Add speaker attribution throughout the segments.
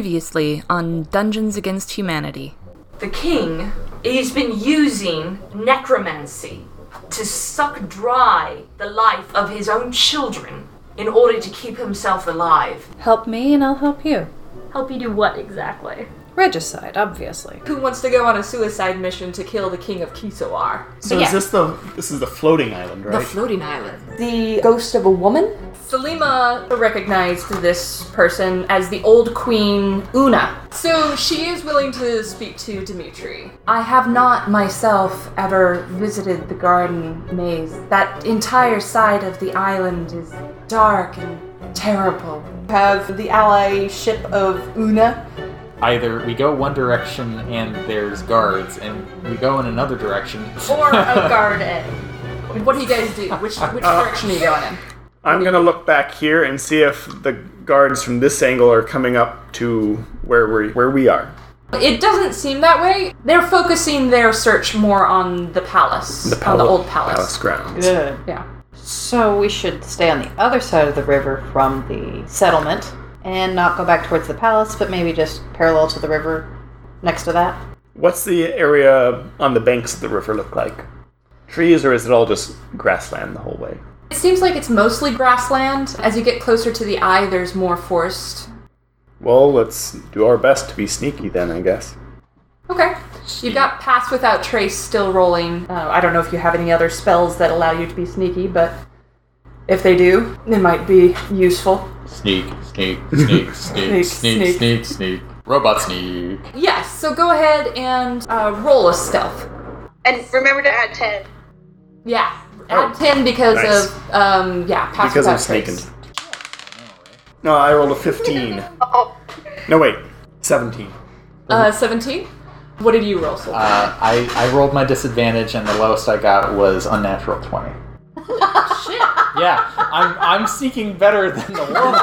Speaker 1: Previously on Dungeons Against Humanity.
Speaker 2: The king has been using necromancy to suck dry the life of his own children in order to keep himself alive.
Speaker 3: Help me and I'll help you.
Speaker 4: Help you do what exactly?
Speaker 3: Regicide, obviously.
Speaker 5: Who wants to go on a suicide mission to kill the king of Kisoar?
Speaker 6: So is this the this is the floating island, right?
Speaker 5: The floating island.
Speaker 7: The ghost of a woman?
Speaker 5: Selima recognized this person as the old queen Una. So she is willing to speak to Dimitri. I have not myself ever visited the garden maze. That entire side of the island is dark and terrible.
Speaker 7: Have the allyship of Una?
Speaker 8: Either we go one direction and there's guards, and we go in another direction.
Speaker 4: Or a garden.
Speaker 5: What do you guys do? Which which
Speaker 7: Uh,
Speaker 5: direction are you going in?
Speaker 6: I'm gonna look back here and see if the guards from this angle are coming up to where we where we are.
Speaker 5: It doesn't seem that way. They're focusing their search more on the palace, on the
Speaker 6: pal-
Speaker 5: old palace.
Speaker 6: palace grounds.
Speaker 7: Ugh.
Speaker 5: Yeah.
Speaker 3: So we should stay on the other side of the river from the settlement and not go back towards the palace, but maybe just parallel to the river next to that.
Speaker 6: What's the area on the banks of the river look like? Trees, or is it all just grassland the whole way?
Speaker 5: It seems like it's mostly grassland. As you get closer to the eye, there's more forest.
Speaker 6: Well, let's do our best to be sneaky then, I guess.
Speaker 5: Okay. You've got Pass Without Trace still rolling.
Speaker 7: Uh, I don't know if you have any other spells that allow you to be sneaky, but if they do, it might be useful.
Speaker 8: Sneak, sneak,
Speaker 7: Sneak,
Speaker 8: sneak, sneak, sneak,
Speaker 7: sneak.
Speaker 8: sneak, sneak. Robot sneak.
Speaker 5: Yes, so go ahead and uh, roll a stealth.
Speaker 9: And remember to add 10.
Speaker 5: Yeah. Add 10 because
Speaker 6: Oh, Nice.
Speaker 5: of, um, yeah, Pass
Speaker 6: Because
Speaker 5: Without
Speaker 6: I'm sneaking.
Speaker 5: Trace.
Speaker 6: No, I rolled a 15.
Speaker 9: Oh,
Speaker 6: no, wait, 17. Um,
Speaker 5: Uh, 17? What did you roll, Sol?
Speaker 8: Uh, I, I rolled my disadvantage, and the lowest I got was unnatural 20. Yeah, I'm, I'm sneaking better than the
Speaker 6: Uh,
Speaker 8: world.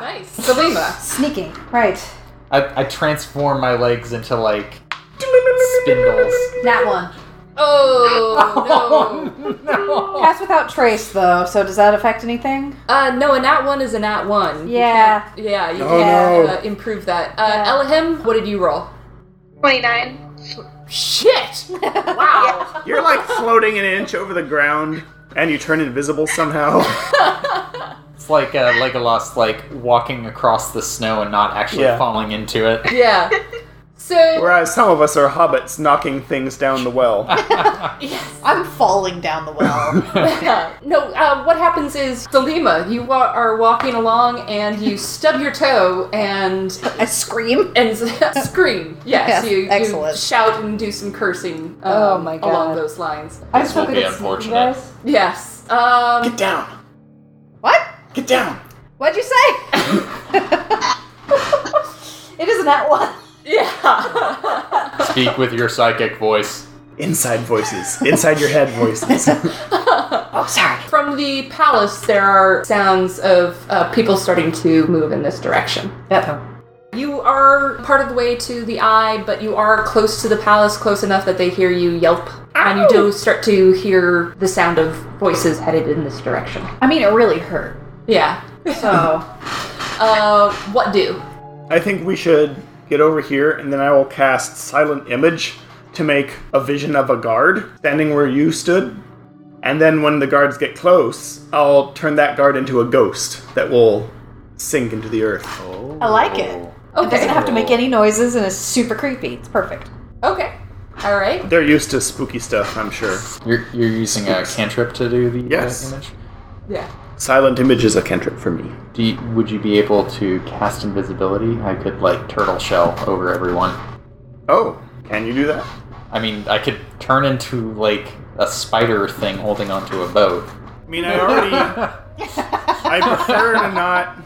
Speaker 5: nice. Selima.
Speaker 3: Sneaking. Right.
Speaker 8: I, I transform my legs into like spindles.
Speaker 3: That one.
Speaker 5: Oh, no.
Speaker 8: no.
Speaker 3: Pass without trace, though, so does that affect anything?
Speaker 5: Uh, no, a nat 1 is a nat 1. You
Speaker 3: Yeah.
Speaker 5: can't- Yeah, you
Speaker 6: Oh,
Speaker 5: can
Speaker 6: no.
Speaker 5: uh, improve that. Uh,
Speaker 3: Yeah.
Speaker 5: Elohim, what did you roll?
Speaker 9: 29.
Speaker 5: Shit! Wow.
Speaker 6: You're like floating an inch over the ground, and you turn invisible somehow.
Speaker 8: It's like uh, Legolas like walking across the snow and not actually
Speaker 6: Yeah.
Speaker 8: falling into it.
Speaker 5: yeah. So,
Speaker 6: Whereas some of us are hobbits knocking things down the well.
Speaker 3: I'm falling down the well.
Speaker 5: yeah. no, uh, what happens is, Salima, you wa- are walking along and you stub your toe and
Speaker 3: I scream.
Speaker 5: and scream. Yes,
Speaker 3: Yes,
Speaker 5: you, you
Speaker 3: excellent.
Speaker 5: shout and do some cursing um,
Speaker 3: Oh my God.
Speaker 5: along those lines.
Speaker 7: I
Speaker 8: This will be unfortunate.
Speaker 5: Yes. Um,
Speaker 6: down!
Speaker 3: What?
Speaker 6: Get down!
Speaker 3: What'd you say? it isn't that one.
Speaker 5: yeah.
Speaker 8: Speak with your psychic voice.
Speaker 6: Inside voices. Inside your head voices.
Speaker 3: Oh, sorry.
Speaker 5: From the palace, there are sounds of uh, people starting to move in this direction.
Speaker 3: Uh-oh.
Speaker 5: You are part of the way to the eye, but you are close to the palace, close enough that they hear you yelp, and you do start to hear the sound of voices headed in this direction.
Speaker 3: I mean, it really hurt.
Speaker 5: Yeah.
Speaker 3: So,
Speaker 5: Uh, what do?
Speaker 6: I think we should get over here, and then I will cast Silent Image to make a vision of a guard standing where you stood. And then when the guards get close, I'll turn that guard into a ghost that will sink into the earth.
Speaker 3: I like it. It doesn't
Speaker 5: Okay.
Speaker 3: have to make any noises and it's super creepy. It's perfect.
Speaker 5: Okay. All right.
Speaker 6: They're used to spooky stuff, I'm sure.
Speaker 8: You're, you're using a cantrip to do the uh,
Speaker 6: Yes.
Speaker 8: image?
Speaker 5: Yeah.
Speaker 6: Silent Image is a cantrip for me.
Speaker 8: Do you, would you be able to cast invisibility? I could like turtle shell over everyone.
Speaker 6: Oh, can you do that?
Speaker 8: I mean, I could turn into like a spider thing holding onto a boat.
Speaker 6: I mean, I already. I prefer to not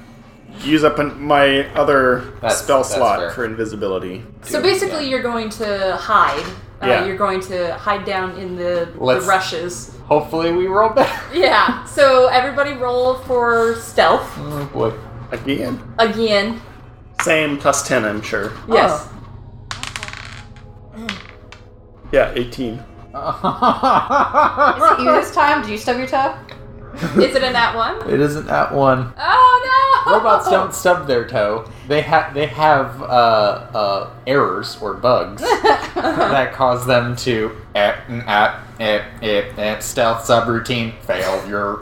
Speaker 6: use up an, my other
Speaker 8: That's-
Speaker 6: spell
Speaker 8: that's
Speaker 6: slot
Speaker 8: fair.
Speaker 6: for invisibility.
Speaker 5: So basically, you're going to hide. Uh,
Speaker 6: Yeah.
Speaker 5: You're going to hide down in the, the
Speaker 8: Let's-
Speaker 5: rushes.
Speaker 8: Hopefully, we roll better.
Speaker 5: Yeah. So everybody roll for stealth
Speaker 8: Oh boy.
Speaker 6: Again,
Speaker 5: again.
Speaker 6: same plus ten, I'm sure.
Speaker 5: Yes.
Speaker 6: Yeah, eighteen.
Speaker 3: Is it you this time? Do you stub your toe?
Speaker 5: Is it in that one?
Speaker 8: it isn't that one.
Speaker 5: Oh
Speaker 8: robots don't stub their toe. They have they have uh, uh, errors or bugs that cause them to eh, mm, ah, eh, eh, eh, stealth subroutine failure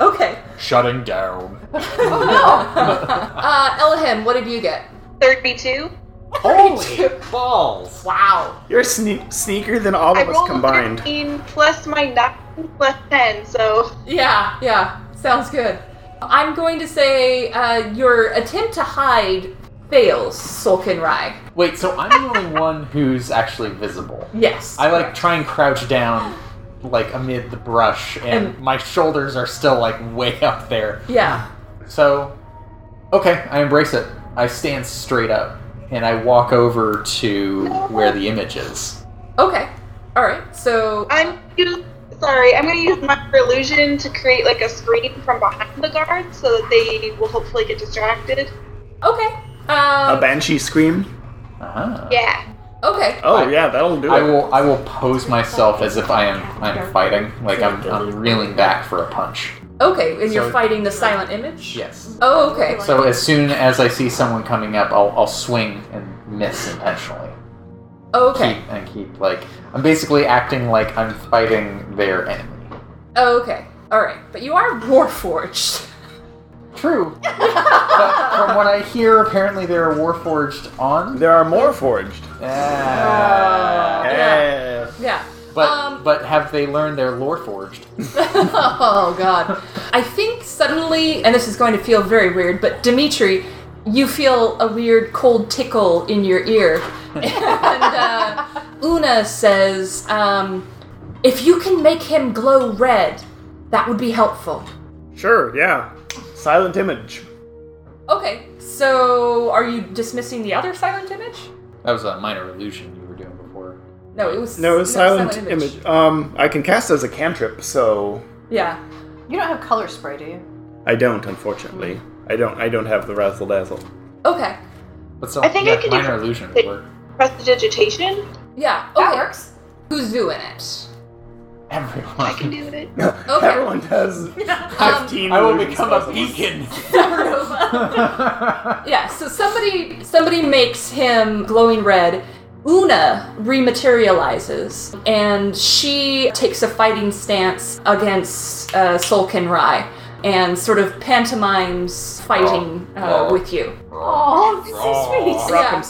Speaker 7: Okay.
Speaker 8: shutting down.
Speaker 5: Uh, Elohim, what did you get?
Speaker 9: 32.
Speaker 8: Holy balls!
Speaker 5: Wow.
Speaker 6: You're sne- sneaker than all
Speaker 9: I
Speaker 6: of us
Speaker 9: rolled
Speaker 6: combined.
Speaker 9: 13 plus my 9 plus 10, so
Speaker 5: Yeah, yeah. Sounds good. I'm going to say uh, your attempt to hide fails, Sulkin Rai.
Speaker 8: Wait, so I'm the only one who's actually visible.
Speaker 5: Yes.
Speaker 8: I like try and crouch down, like amid the brush, and, my shoulders are still like way up there.
Speaker 5: Yeah.
Speaker 8: So, okay, I embrace it. I stand straight up and I walk over to where the image is.
Speaker 5: Okay. All right. So
Speaker 9: I'm use, sorry, I'm going to use my illusion to create like a screen from behind the guards so that they will hopefully get distracted.
Speaker 5: okay.
Speaker 6: A
Speaker 5: Um,
Speaker 6: banshee scream.
Speaker 8: Ah.
Speaker 9: Yeah.
Speaker 5: okay.
Speaker 6: Oh
Speaker 8: I-
Speaker 6: yeah, that'll do
Speaker 8: I
Speaker 6: it.
Speaker 8: will. I will pose myself as if I am. I'm fighting. Like I'm. I'm reeling back for a punch.
Speaker 5: Okay. And you're
Speaker 8: So-
Speaker 5: fighting the silent image.
Speaker 8: Yes.
Speaker 5: Oh, okay.
Speaker 8: So as soon as I see someone coming up, I'll, I'll swing and miss intentionally.
Speaker 5: Okay.
Speaker 8: Keep and keep like I'm basically acting like I'm fighting their enemy.
Speaker 5: Okay. All right. But you are warforged.
Speaker 8: True. but from what I hear, apparently they're warforged on.
Speaker 6: There are more forged.
Speaker 8: Ah.
Speaker 6: Yeah.
Speaker 5: Yeah.
Speaker 8: But
Speaker 5: Um,
Speaker 8: but have they learned their lore forged?
Speaker 5: oh god i think suddenly and this is going to feel very weird but dimitri you feel a weird cold tickle in your ear and uh, una says um, if you can make him glow red that would be helpful
Speaker 6: Sure. Yeah. Silent image.
Speaker 5: okay so are you dismissing the other silent image
Speaker 8: That was a minor illusion you were doing before.
Speaker 5: no it was
Speaker 6: No, silent, image. Um, I can cast as a cantrip, so
Speaker 5: yeah
Speaker 3: You don't have color spray, do you?
Speaker 6: I don't. Unfortunately, I don't. I don't have the razzle dazzle.
Speaker 5: okay
Speaker 8: But so
Speaker 9: I think I
Speaker 8: yeah,
Speaker 9: could do-
Speaker 8: minor illusion would work.
Speaker 9: Prestidigitation?
Speaker 5: yeah okay. that works who's doing it
Speaker 8: Everyone.
Speaker 9: I can do it.
Speaker 5: okay Um,
Speaker 6: Everyone has fifteen.
Speaker 8: I will
Speaker 6: illusion
Speaker 8: become a
Speaker 6: spells.
Speaker 8: beacon.
Speaker 5: Yeah, so somebody somebody makes him glowing red. Una rematerializes, and she takes a fighting stance against uh, Solkin Rai, and sort of pantomimes fighting uh, with you.
Speaker 4: Oh, this is sweet.
Speaker 5: Yeah.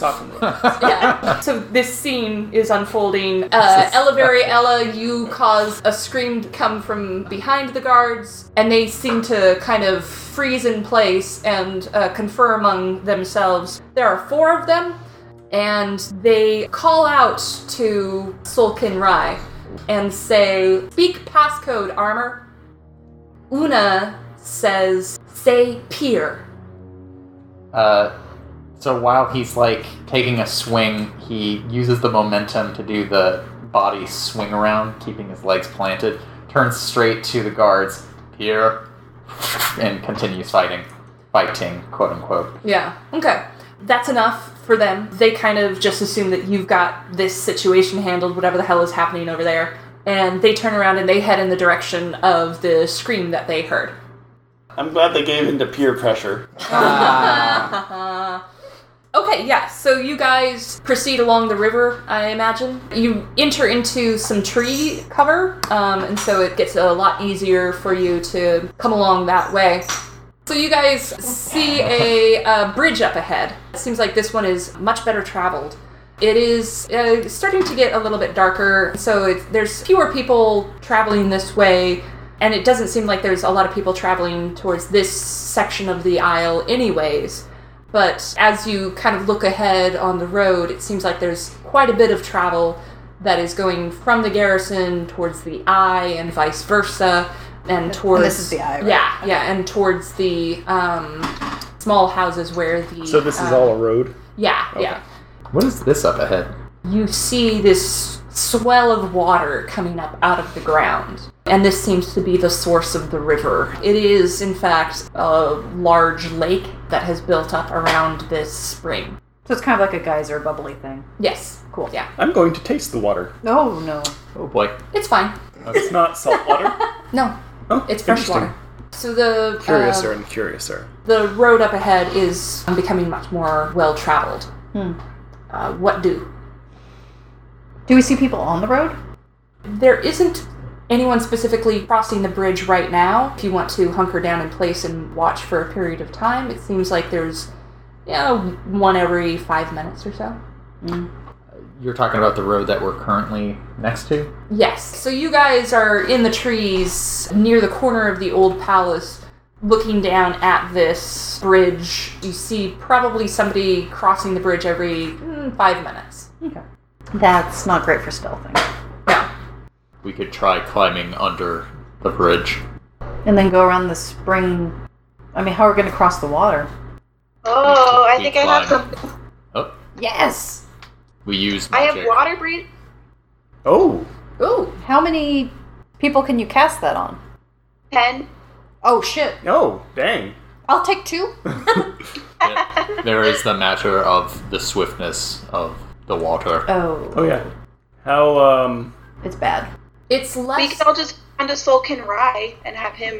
Speaker 5: Yeah.
Speaker 7: So this scene is unfolding.
Speaker 5: Uh, Ella Berry, Ella, you cause a scream to come from behind the guards, and they seem to kind of freeze in place and uh, confer among themselves. There are four of them, and they call out to Solkin Rai and say, Speak passcode, armor. Una says, Say peer.
Speaker 8: Uh, so while he's like taking a swing, he uses the momentum to do the body swing around, keeping his legs planted. Turns straight to the guards here, and continues fighting, fighting, quote unquote.
Speaker 5: Yeah. Okay. That's enough for them. They kind of just assume that you've got this situation handled, whatever the hell is happening over there. And they turn around and they head in the direction of the scream that they heard.
Speaker 6: I'm glad they gave in to peer pressure.
Speaker 5: Ah. Okay, yeah, so you guys proceed along the river, I imagine. You enter into some tree cover, um, and so it gets a lot easier for you to come along that way. So you guys see a, uh bridge up ahead. It seems like this one is much better traveled. It is uh, starting to get a little bit darker, so it, there's fewer people traveling this way, and it doesn't seem like there's a lot of people traveling towards this section of the aisle, anyways. But as you kind of look ahead on the road, it seems like there's quite a bit of travel that is going from the garrison towards the eye and vice versa, and towards
Speaker 3: this is the eye, right?
Speaker 5: yeah, yeah, and towards the um, small houses where the
Speaker 6: So this is
Speaker 5: uh,
Speaker 6: all a road.
Speaker 5: yeah, yeah.
Speaker 8: What is this up ahead?
Speaker 5: You see this swell of water coming up out of the ground. And this seems to be the source of the river. It is, in fact, a large lake that has built up around this spring.
Speaker 3: So it's kind of like a geyser bubbly thing.
Speaker 5: Yes, cool. Yeah,
Speaker 6: I'm going to taste the water.
Speaker 3: Oh no.
Speaker 8: Oh boy.
Speaker 5: it's fine.
Speaker 6: It's not salt water.
Speaker 5: No,
Speaker 6: Oh,
Speaker 5: it's fresh
Speaker 6: interesting.
Speaker 5: water. So the uh,
Speaker 6: Curiouser and curiouser.
Speaker 5: the road up ahead is becoming much more well traveled.
Speaker 3: Hmm.
Speaker 5: Uh, what do?
Speaker 3: Do we see people on the road?
Speaker 5: There isn't anyone specifically crossing the bridge right now. If you want to hunker down in place and watch for a period of time, it seems like there's you know, one every five minutes or so.
Speaker 8: You're talking about the road that we're currently next to?
Speaker 5: Yes. So you guys are in the trees near the corner of the old palace looking down at this bridge. You see probably somebody crossing the bridge every mm, five minutes.
Speaker 3: Okay. That's not great for stealthing.
Speaker 5: No.
Speaker 8: We could try climbing under the bridge.
Speaker 3: And then go around the spring. I mean, how are we going to cross the water?
Speaker 9: Oh, I
Speaker 8: Keep
Speaker 9: think I have
Speaker 8: climbing.
Speaker 9: something.
Speaker 8: Oh,
Speaker 3: Yes!
Speaker 8: we use
Speaker 9: I
Speaker 8: magic.
Speaker 9: have water breathe.
Speaker 6: Oh,
Speaker 3: Ooh, how many people can you cast that on?
Speaker 9: Ten.
Speaker 3: Oh, shit.
Speaker 6: no, dang.
Speaker 3: I'll take two.
Speaker 8: Yeah. there is the matter of the swiftness of the water.
Speaker 3: Oh,
Speaker 6: Oh, yeah. How, um,
Speaker 3: it's bad.
Speaker 5: It's
Speaker 9: We
Speaker 5: less.
Speaker 9: can all just find a Solkin Rai and have him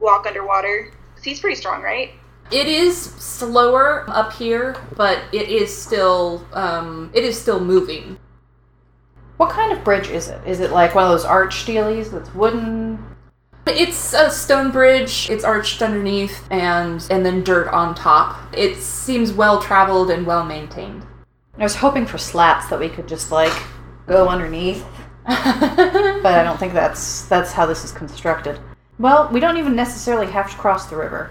Speaker 9: walk underwater. 'Cause He's pretty strong, right?
Speaker 5: It is slower up here, but it is still um, it is still moving.
Speaker 3: What kind of bridge is it? Is it like one of those arch dealies that's wooden?
Speaker 5: It's a stone bridge. It's arched underneath and and then dirt on top. It seems well traveled and well maintained.
Speaker 3: I was hoping for slats that we could just like go underneath, but I don't think that's that's how this is constructed. Well, we don't even necessarily have to cross the river.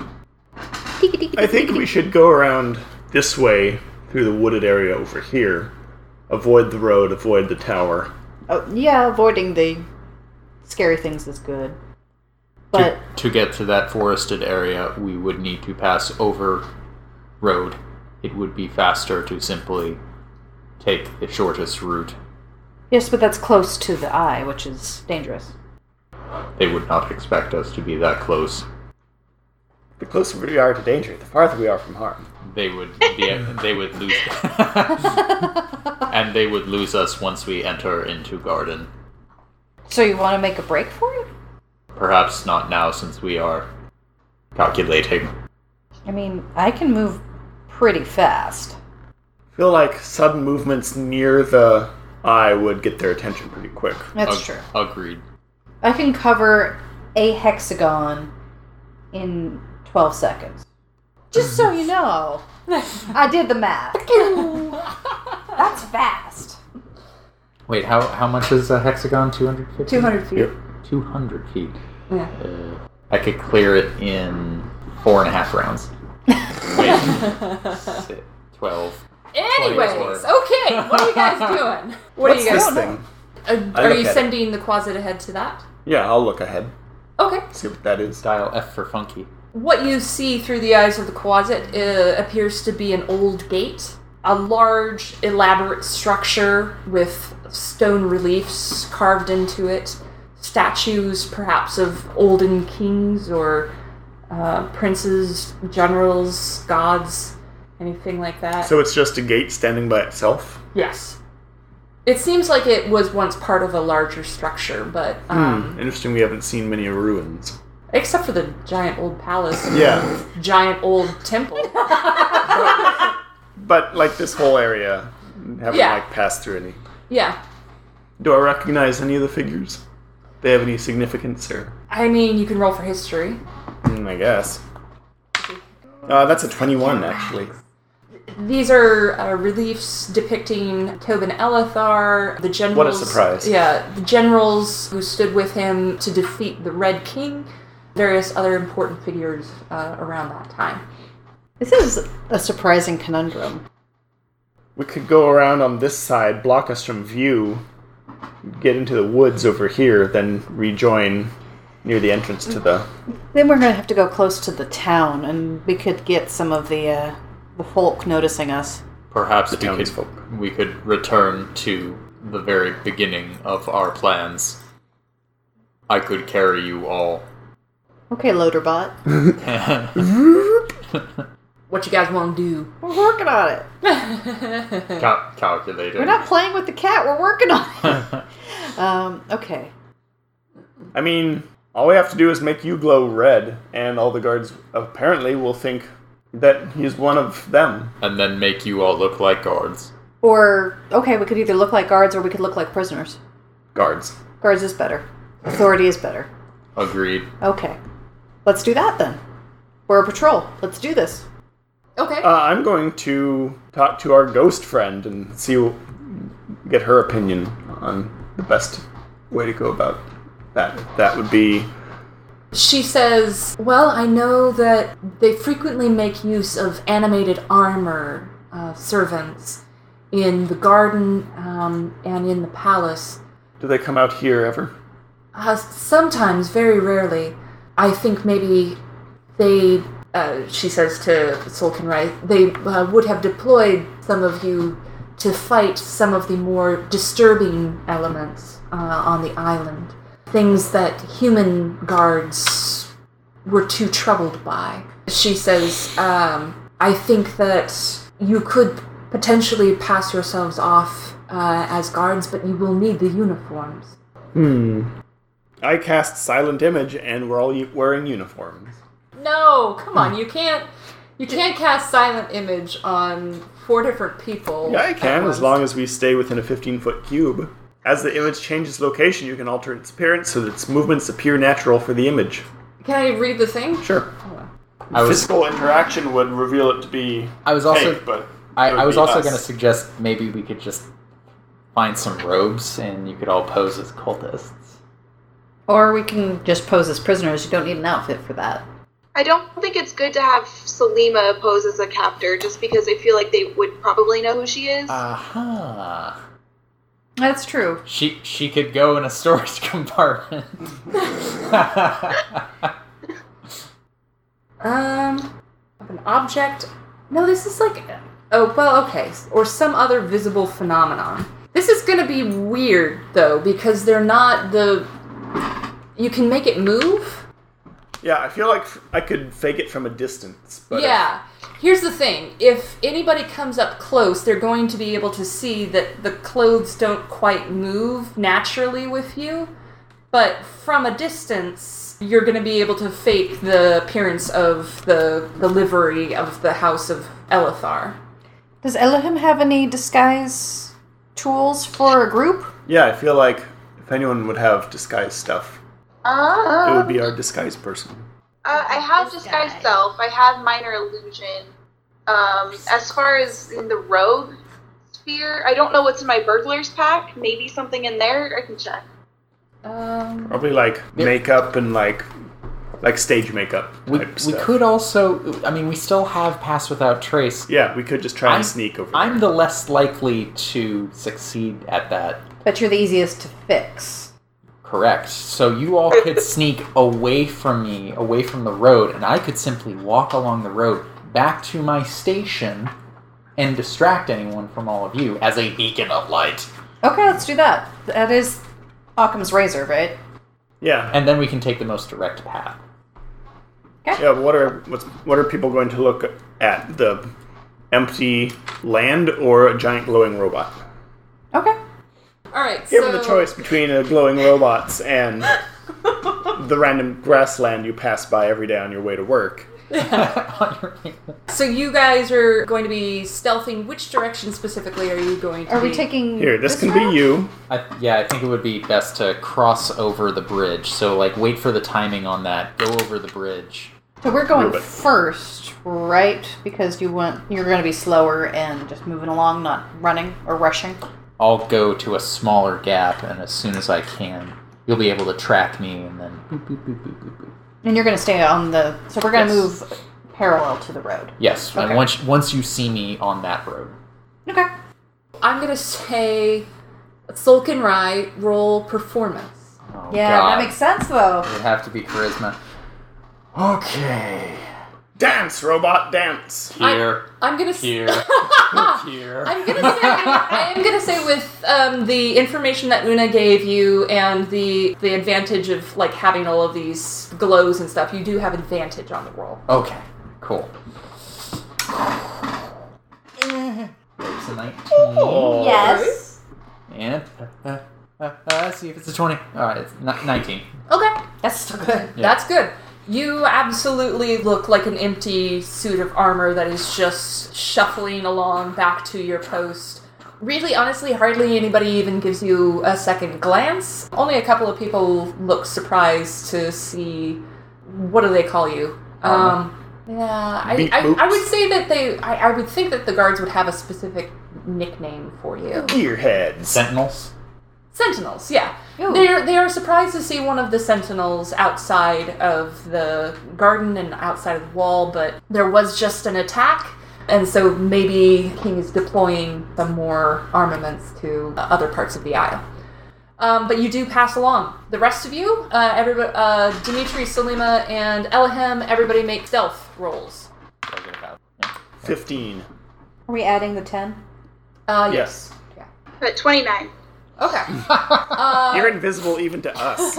Speaker 6: I think we should go around this way through the wooded area over here. Avoid the road, avoid the tower.
Speaker 3: Oh, yeah, avoiding the scary things is good. But
Speaker 8: to, to get to that forested area, we would need to pass over road. It would be faster to simply take the shortest route.
Speaker 3: yes, but that's close to the eye, which is dangerous.
Speaker 8: They would not expect us to be that close.
Speaker 6: The closer we are to danger, the farther we are from harm.
Speaker 8: They would be, they would lose and they would lose us once we enter into garden.
Speaker 3: So you want to make a break for it?
Speaker 8: Perhaps not now since we are calculating.
Speaker 3: I mean, I can move pretty fast.
Speaker 6: feel like sudden movements near the eye would get their attention pretty quick.
Speaker 3: That's
Speaker 8: Ag-
Speaker 3: true.
Speaker 8: Agreed.
Speaker 3: I can cover a hexagon in 12 seconds. Just so you know, I did the math. That's fast.
Speaker 8: Wait, how how much is a hexagon? 250?
Speaker 5: 200 feet.
Speaker 8: 200 feet.
Speaker 5: Yeah.
Speaker 8: Uh, I could clear it in four and a half rounds. Wait. si- 12.
Speaker 5: Anyways,
Speaker 8: Twenty-four.
Speaker 5: okay, what are you guys doing? What
Speaker 6: What's
Speaker 5: are you
Speaker 6: this
Speaker 5: guys?
Speaker 6: thing?
Speaker 5: Are,
Speaker 6: I
Speaker 5: are
Speaker 6: look
Speaker 5: you
Speaker 6: at it.
Speaker 5: sending the quasit ahead to that?
Speaker 6: Yeah, I'll look ahead.
Speaker 5: Okay.
Speaker 6: See what that is.
Speaker 8: Dial F for funky.
Speaker 5: What you see through the eyes of the quasit uh, appears to be an old gate, a large, elaborate structure with stone reliefs carved into it, statues perhaps of olden kings or uh, princes, generals, gods, anything like that.
Speaker 6: So it's just a gate standing by itself?
Speaker 5: Yes. It seems like it was once part of a larger structure, but um,
Speaker 6: Hmm. Interesting, we haven't seen many ruins.
Speaker 5: except for the giant old palace, and
Speaker 6: Yeah.
Speaker 5: the giant old temple.
Speaker 6: But, like, this whole area, haven't,
Speaker 5: Yeah.
Speaker 6: like, passed through any.
Speaker 5: yeah.
Speaker 6: Do I recognize any of the figures? They have any significance, or?
Speaker 5: I mean, you can roll for history.
Speaker 6: Mm, I guess. Uh, that's a 21, actually.
Speaker 5: These are uh, reliefs depicting Tobin Elathar, the generals.
Speaker 6: surprise.
Speaker 5: Yeah, the generals who stood with him to defeat the Red King, various other important figures uh, around that time.
Speaker 3: This is a surprising conundrum.
Speaker 6: We could go around on this side, block us from view, get into the woods over here, then rejoin near the entrance to the.
Speaker 3: Then we're going to have to go close to the town, and we could get some of the uh, the folk noticing us.
Speaker 8: Perhaps we
Speaker 6: townsfolk.
Speaker 8: could, we could return to the very beginning of our plans. I could carry you all.
Speaker 3: Okay, Loaderbot,
Speaker 5: What you guys want to
Speaker 3: we're working on it.
Speaker 8: Cal- calculating.
Speaker 3: We're not playing with the cat. We're working on it. um, okay.
Speaker 6: I mean, All we have to do is make you glow red, and all the guards apparently will think that he's one of them.
Speaker 8: and then make you all look like guards.
Speaker 3: Or, okay, we could either look like guards or we could look like prisoners.
Speaker 6: Guards.
Speaker 3: Guards is better. Authority is better.
Speaker 8: Agreed.
Speaker 3: Okay. Let's do that then. We're a patrol. Let's do this.
Speaker 5: Okay.
Speaker 6: Uh, I'm going to talk to our ghost friend and see, w- get her opinion on the best way to go about that. That would be
Speaker 5: She says, Well, I know that they frequently make use of animated armor uh, servants in the garden um, and in the palace.
Speaker 6: do they come out here ever?
Speaker 5: Uh, sometimes, very rarely. I think maybe they, uh, she says to Solkenrai, they uh, would have deployed some of you to fight some of the more disturbing elements uh, on the island. Things that human guards were too troubled by. She says, um, I think that you could potentially pass yourselves off uh, as guards, but you will need the uniforms.
Speaker 6: Hmm. I cast Silent Image, and we're all u- wearing uniforms.
Speaker 5: No, come on, you can't. You can't cast silent image on four different people.
Speaker 6: Yeah, I
Speaker 5: at
Speaker 6: can,
Speaker 5: once.
Speaker 6: as long as we stay within a 15 foot cube. As the image changes location, you can alter its appearance so that its movements appear natural for the image.
Speaker 5: Can I read the thing?
Speaker 6: Sure.
Speaker 8: I was
Speaker 6: Physical interaction would reveal it to be
Speaker 8: I was also
Speaker 6: fake, but
Speaker 8: I,
Speaker 6: it would
Speaker 8: I was
Speaker 6: be
Speaker 8: also
Speaker 6: us.
Speaker 8: going to suggest maybe we could just find some robes and you could all pose as cultists.
Speaker 3: Or we can just pose as prisoners. You don't need an outfit for that.
Speaker 9: I don't think it's good to have Selima pose as a captor just because I feel like they would probably know who she is.
Speaker 6: Uh,
Speaker 8: Aha!
Speaker 3: That's true.
Speaker 8: She she could go in a storage compartment.
Speaker 5: Um, an object. No, this is like. Oh well, okay, or some other visible phenomenon. This is gonna be weird though because they're not the. You can make it move.
Speaker 6: Yeah, I feel like I could fake it from a distance. But uh,
Speaker 5: yeah. Here's the thing. If anybody comes up close, they're going to be able to see that the clothes don't quite move naturally with you. But from a distance, you're going to be able to fake the appearance of the, the livery of the House of Elithar.
Speaker 3: Does Elohim have any disguise tools for a group?
Speaker 6: Yeah, I feel like if anyone would have disguise stuff, it would be our disguise person.
Speaker 9: Uh, I have disguise self. I have minor illusion. Um, as far as in the rogue sphere, I don't know what's in my burglar's pack. Maybe something in there. I can check.
Speaker 5: Um,
Speaker 6: Probably like makeup and like like stage makeup type
Speaker 8: we, we
Speaker 6: stuff.
Speaker 8: could also I mean we still have pass without trace.
Speaker 6: Yeah, we could just try and
Speaker 8: I'm-
Speaker 6: sneak over.
Speaker 8: I'm
Speaker 6: there.
Speaker 8: the less likely to succeed at that.
Speaker 3: But you're the easiest to fix.
Speaker 8: Correct. So you all could sneak away from me, away from the road, and I could simply walk along the road back to my station and distract anyone from all of you as a beacon of light.
Speaker 3: Okay, let's do that. That is Occam's razor, right?
Speaker 6: yeah.
Speaker 8: And then we can take the most direct path.
Speaker 6: Yeah, what are what's what are people going to look at? The empty land or a giant glowing robot?
Speaker 3: Okay.
Speaker 5: all right.
Speaker 6: Give
Speaker 5: so
Speaker 6: them the choice between uh, glowing robots and the random grassland you pass by every day on your way to work.
Speaker 5: So you guys are going to be stealthing. Which direction specifically are you going to?
Speaker 3: Are we
Speaker 5: be?
Speaker 3: taking
Speaker 6: Here, this can
Speaker 3: route?
Speaker 6: be you.
Speaker 8: I, yeah, I think it would be best to cross over the bridge. So, like, wait for the timing on that. Go over the bridge.
Speaker 3: So we're going
Speaker 6: Ruben.
Speaker 3: first, right? Because you want you're going to be slower and just moving along, not running or rushing.
Speaker 8: I'll go to a smaller gap, and as soon as I can, you'll be able to track me, and then boop, boop, boop, boop, boop, boop.
Speaker 3: And you're going to stay on the. So we're going to
Speaker 8: Yes.
Speaker 3: move parallel to the road.
Speaker 8: Yes,
Speaker 3: Okay.
Speaker 8: and once once you see me on that road,
Speaker 3: Okay.
Speaker 5: I'm gonna say, Sulkin Rai roll performance.
Speaker 8: oh,
Speaker 3: Yeah,
Speaker 8: God.
Speaker 3: that makes sense though.
Speaker 8: It would have to be charisma. Okay,
Speaker 6: Dance, robot, dance.
Speaker 8: here,
Speaker 5: I'm gonna. s-
Speaker 8: here, here.
Speaker 5: I'm gonna say I am gonna say with um, the information that Una gave you and the the advantage of like having all of these glows and stuff, you do have advantage on the roll.
Speaker 8: Okay, cool. There's a nineteen.
Speaker 6: Oh,
Speaker 3: Yes.
Speaker 8: And uh, uh, uh, uh, see if it's a 20. Alright, it's ni- 19.
Speaker 5: Okay.
Speaker 3: That's still good.
Speaker 8: Yeah.
Speaker 5: That's good. You absolutely look like an empty suit of armor that is just shuffling along back to your post. Really, honestly, hardly anybody even gives you a second glance. Only a couple of people look surprised to see what do they call you? Um, yeah, I,
Speaker 6: Beep
Speaker 5: I, I
Speaker 6: boops.
Speaker 5: would say that they, I, I would think that the guards would have a specific nickname for you.
Speaker 6: Gearheads.
Speaker 8: Sentinels.
Speaker 5: Sentinels, yeah.
Speaker 3: Ooh.
Speaker 5: They're they are surprised to see one of the sentinels outside of the garden and outside of the wall, but there was just an attack, and so maybe King is deploying some more armaments to uh, other parts of the isle. Um, but you do pass along. The rest of you, uh, everybody, uh, Dimitri, Salima, and Elohim, everybody make stealth rolls.
Speaker 6: Fifteen.
Speaker 3: Are we adding the ten?
Speaker 5: Uh,
Speaker 6: Yes.
Speaker 9: But 29.
Speaker 5: Okay. Uh,
Speaker 6: You're invisible even to us.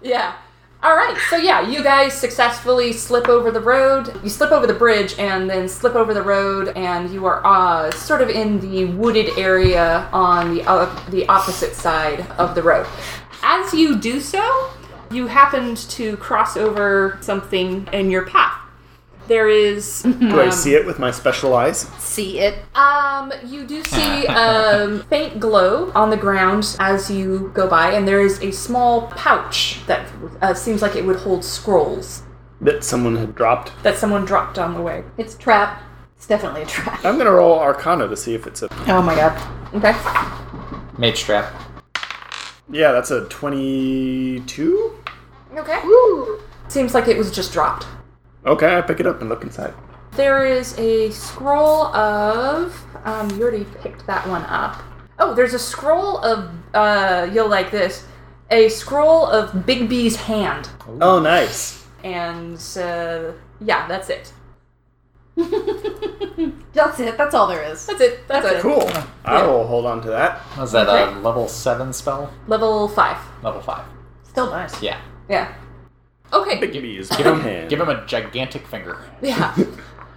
Speaker 5: Yeah. All right. So yeah, you guys successfully slip over the road. You slip over the bridge and then slip over the road, and you are uh, sort of in the wooded area on the uh, the opposite side of the road. As you do so, you happened to cross over something in your path. There is
Speaker 6: Do I see it with my special eyes?
Speaker 3: See it.
Speaker 5: um, you do see um, faint glow on the ground as you go by, and there is a small pouch that uh, seems like it would hold scrolls
Speaker 6: That someone had dropped.
Speaker 5: that someone dropped on the way.
Speaker 3: It's a trap. It's definitely a trap.
Speaker 6: I'm gonna roll Arcana to see if it's a.
Speaker 3: Oh my god.
Speaker 5: Okay.
Speaker 8: Mage trap.
Speaker 6: Yeah, that's a twenty-two.
Speaker 5: Okay.
Speaker 9: Ooh.
Speaker 5: Seems like it was just dropped.
Speaker 6: Okay, I pick it up and look inside.
Speaker 5: There is a scroll of. Um, you already picked that one up. Oh, there's a scroll of. Uh, you'll like this. A scroll of Bigby's hand.
Speaker 8: Um,
Speaker 6: Oh, nice.
Speaker 5: And uh, yeah, that's it.
Speaker 3: That's it. That's all there is.
Speaker 5: That's it. That's, it.
Speaker 6: Cool. I will hold on to that.
Speaker 8: Was that a level seven spell?
Speaker 5: Level five.
Speaker 8: Level five.
Speaker 3: Still nice.
Speaker 8: Yeah.
Speaker 5: Yeah. Okay.
Speaker 6: Big bees.
Speaker 8: Give him,
Speaker 6: hand.
Speaker 8: give him a gigantic finger.
Speaker 5: Yeah.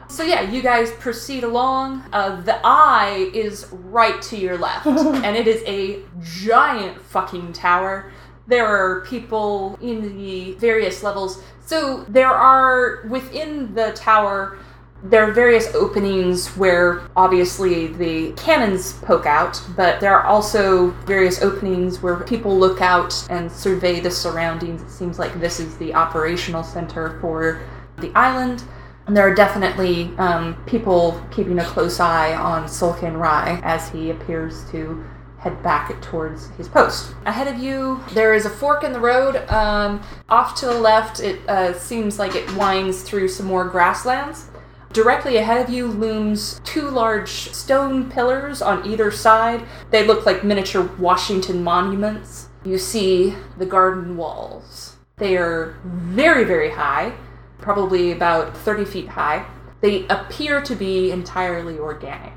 Speaker 5: So yeah, you guys proceed along. Uh, the eye is right to your left, and it is a giant fucking tower. There are people in the various levels. So there are within the tower. There are various openings where obviously the cannons poke out, but there are also various openings where people look out and survey the surroundings. It seems like this is the operational center for the island. And there are definitely um, people keeping a close eye on Sulkin Rai as he appears to head back towards his post. Ahead of you, there is a fork in the road. Um, off to the left, it uh, seems like it winds through some more grasslands. Directly ahead of you looms two large stone pillars on either side. They look like miniature Washington monuments. You see the garden walls. They are very, very high, probably about 30 feet high. They appear to be entirely organic.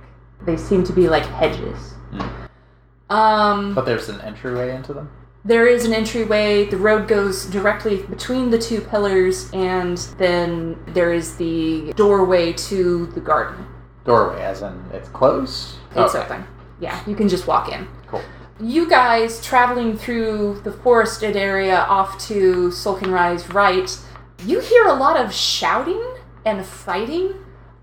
Speaker 5: They seem to be like hedges. Um,
Speaker 8: But there's an entryway into them.
Speaker 5: there is an entryway. The road goes directly between the two pillars, and then there is the doorway to the garden.
Speaker 8: Doorway, as in it's closed.
Speaker 5: It's
Speaker 8: Okay.
Speaker 5: open. Yeah, you can just walk in.
Speaker 8: Cool.
Speaker 5: You guys traveling through the forested area off to Sulkin Rise right, you hear a lot of shouting and fighting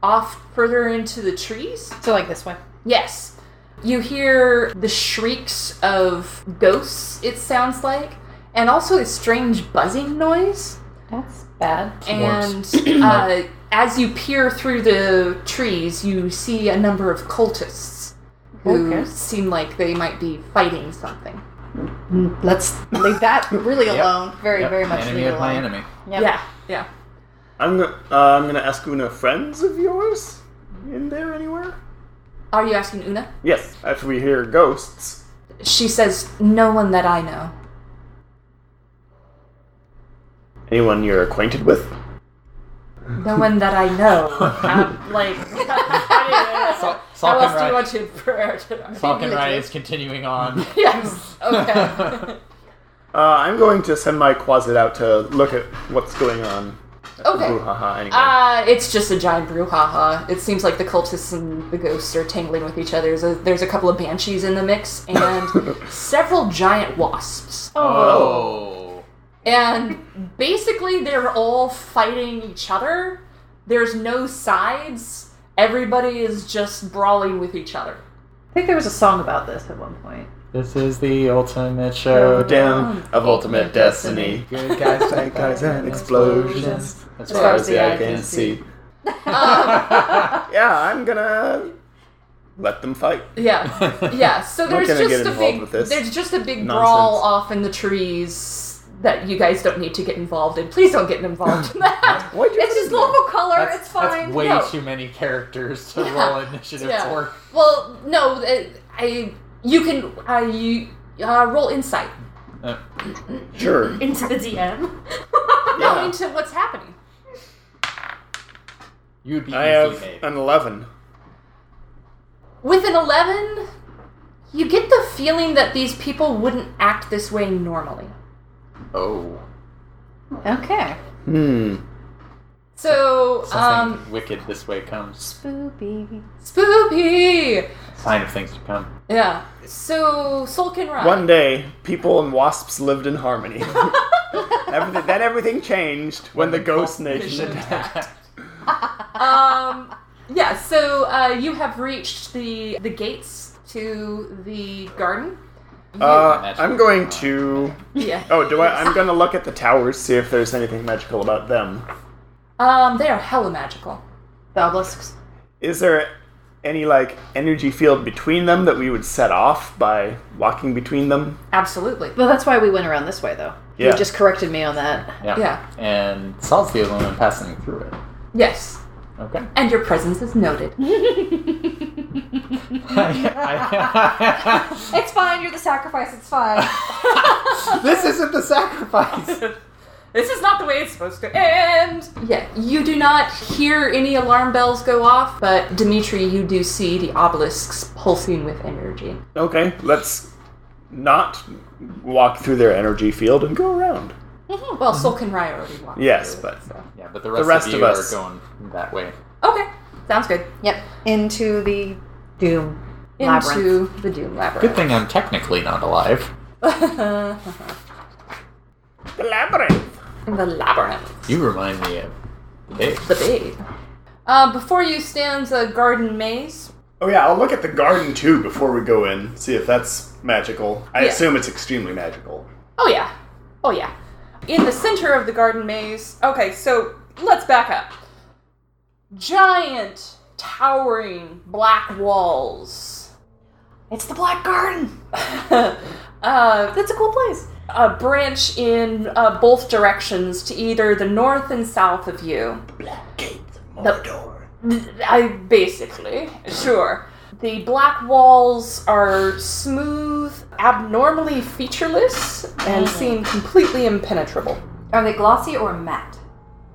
Speaker 5: off further into the trees.
Speaker 3: So like this way.
Speaker 5: Yes. You hear the shrieks of ghosts, it sounds like, and also a strange buzzing noise.
Speaker 3: That's bad.
Speaker 5: And uh, as you peer through the trees, you see a number of cultists who
Speaker 3: Okay.
Speaker 5: seem like they might be fighting something.
Speaker 3: Let's leave that really
Speaker 8: Yep.
Speaker 3: alone. Very,
Speaker 8: Yep,
Speaker 3: very much
Speaker 8: enemy
Speaker 3: leave it
Speaker 8: of my
Speaker 3: alone.
Speaker 8: enemy.
Speaker 3: Yep.
Speaker 5: Yeah, yeah.
Speaker 6: I'm gonna. Uh, I'm gonna ask Una. Friends of yours in there anywhere?
Speaker 5: Are you asking Una?
Speaker 6: Yes. After we hear ghosts.
Speaker 5: She says, No one that I know.
Speaker 6: Anyone you're acquainted with?
Speaker 5: No one that I know. I'm like, how
Speaker 8: Sol-
Speaker 5: else do you
Speaker 8: Falkenrai
Speaker 5: want to prayer to
Speaker 8: Falkenrai is continuing on.
Speaker 5: Yes. Okay.
Speaker 6: Uh, I'm going to send my quasit out to look at what's going on.
Speaker 5: Okay.
Speaker 6: Brouhaha, anyway.
Speaker 5: Uh, it's just a giant brouhaha. It seems like the cultists and the ghosts are tangling with each other. There's a, there's a couple of banshees in the mix and several giant wasps.
Speaker 8: oh.
Speaker 5: And basically, they're all fighting each other. There's no sides. Everybody is just brawling with each other.
Speaker 3: I think there was a song about this at one point.
Speaker 8: This is the ultimate showdown of ultimate destiny. Good guys, bad guys, and explosions. As far as the eye can see.
Speaker 6: Yeah, I'm gonna let them fight.
Speaker 5: Yeah, yeah. So
Speaker 6: Not
Speaker 5: there's
Speaker 6: gonna
Speaker 5: just
Speaker 6: get
Speaker 5: a
Speaker 6: involved
Speaker 5: big
Speaker 6: with this
Speaker 5: there's just a big brawl
Speaker 6: nonsense.
Speaker 5: off in the trees that you guys don't need to get involved in. Please don't get involved in that.
Speaker 6: Why'd you
Speaker 5: it's
Speaker 6: put
Speaker 5: just
Speaker 6: them
Speaker 5: local color.
Speaker 8: That's,
Speaker 5: it's fine.
Speaker 8: that's way
Speaker 5: No.
Speaker 8: too many characters to roll initiative
Speaker 5: Yeah.
Speaker 8: for.
Speaker 5: Well, no, uh, I you can I you uh, roll insight
Speaker 8: Uh,
Speaker 6: there? Sure.
Speaker 4: Into the DM.
Speaker 5: no,
Speaker 6: Yeah.
Speaker 5: into what's happening.
Speaker 8: You would be
Speaker 6: I
Speaker 8: easily
Speaker 6: have
Speaker 8: made.
Speaker 6: an 11.
Speaker 5: With an eleven, you get the feeling that these people wouldn't act this way normally.
Speaker 8: Oh.
Speaker 3: Okay.
Speaker 6: Hmm.
Speaker 5: So,
Speaker 8: Something
Speaker 5: um,
Speaker 8: wicked this way comes.
Speaker 3: Spoopy.
Speaker 5: spoopy.
Speaker 8: Sign of things to come.
Speaker 5: Yeah. So, Solkin Rock.
Speaker 6: One day, people and wasps lived in harmony. everything, then everything changed when the Ghost Nation attacked.
Speaker 5: um, yeah, so uh, you have reached the the gates to the garden.
Speaker 6: Uh, I'm going to.
Speaker 5: Yeah.
Speaker 6: Oh, do I? I'm going to look at the towers, see if there's anything magical about them.
Speaker 5: Um, they are hella magical.
Speaker 3: The obelisks.
Speaker 6: Is there any like energy field between them that we would set off by walking between them?
Speaker 5: Absolutely.
Speaker 3: Well, that's why we went around this way, though.
Speaker 6: Yeah.
Speaker 3: You just corrected me on that.
Speaker 8: Yeah.
Speaker 5: Yeah.
Speaker 8: And Saul's the only one passing through it.
Speaker 5: Yes.
Speaker 8: Okay.
Speaker 5: And your presence is noted.
Speaker 3: It's fine. You're the sacrifice. It's fine.
Speaker 8: this isn't the sacrifice.
Speaker 5: This is not the way it's supposed to end. Yeah, you do not hear any alarm bells go off, but Dimitri, you do see the obelisks pulsing with energy.
Speaker 6: Okay, let's not walk through their energy field and go around.
Speaker 3: Mm-hmm.
Speaker 5: Well, Solkin Rai already walked.
Speaker 6: Yes,
Speaker 5: through it,
Speaker 6: but-
Speaker 5: so.
Speaker 8: Yeah, but the rest,
Speaker 6: rest
Speaker 8: of
Speaker 6: of
Speaker 8: you
Speaker 6: us.
Speaker 8: are going that way.
Speaker 5: Okay, sounds good.
Speaker 3: yep. Into the doom.
Speaker 5: Into
Speaker 3: Labyrinth.
Speaker 5: the Doom
Speaker 8: Good
Speaker 5: Labyrinth.
Speaker 8: thing I'm technically not alive.
Speaker 6: The labyrinth.
Speaker 5: the Labyrinth.
Speaker 8: You remind me of the babe.
Speaker 5: The babe. Uh, before you stands a garden maze.
Speaker 6: Oh yeah, I'll look at the garden too before we go in. See if that's magical. I
Speaker 5: Yeah.
Speaker 6: assume it's extremely magical.
Speaker 5: Oh yeah. Oh yeah. In the center of the garden maze. Okay, so let's back up. Giant, towering black walls.
Speaker 3: It's the Black Garden.
Speaker 5: Uh,
Speaker 3: That's a cool place.
Speaker 5: a branch in uh, both directions to either the north and south of you. I basically sure. The black walls are smooth, abnormally featureless, and
Speaker 4: Mm-hmm.
Speaker 5: seem completely impenetrable.
Speaker 3: Are they glossy or matte?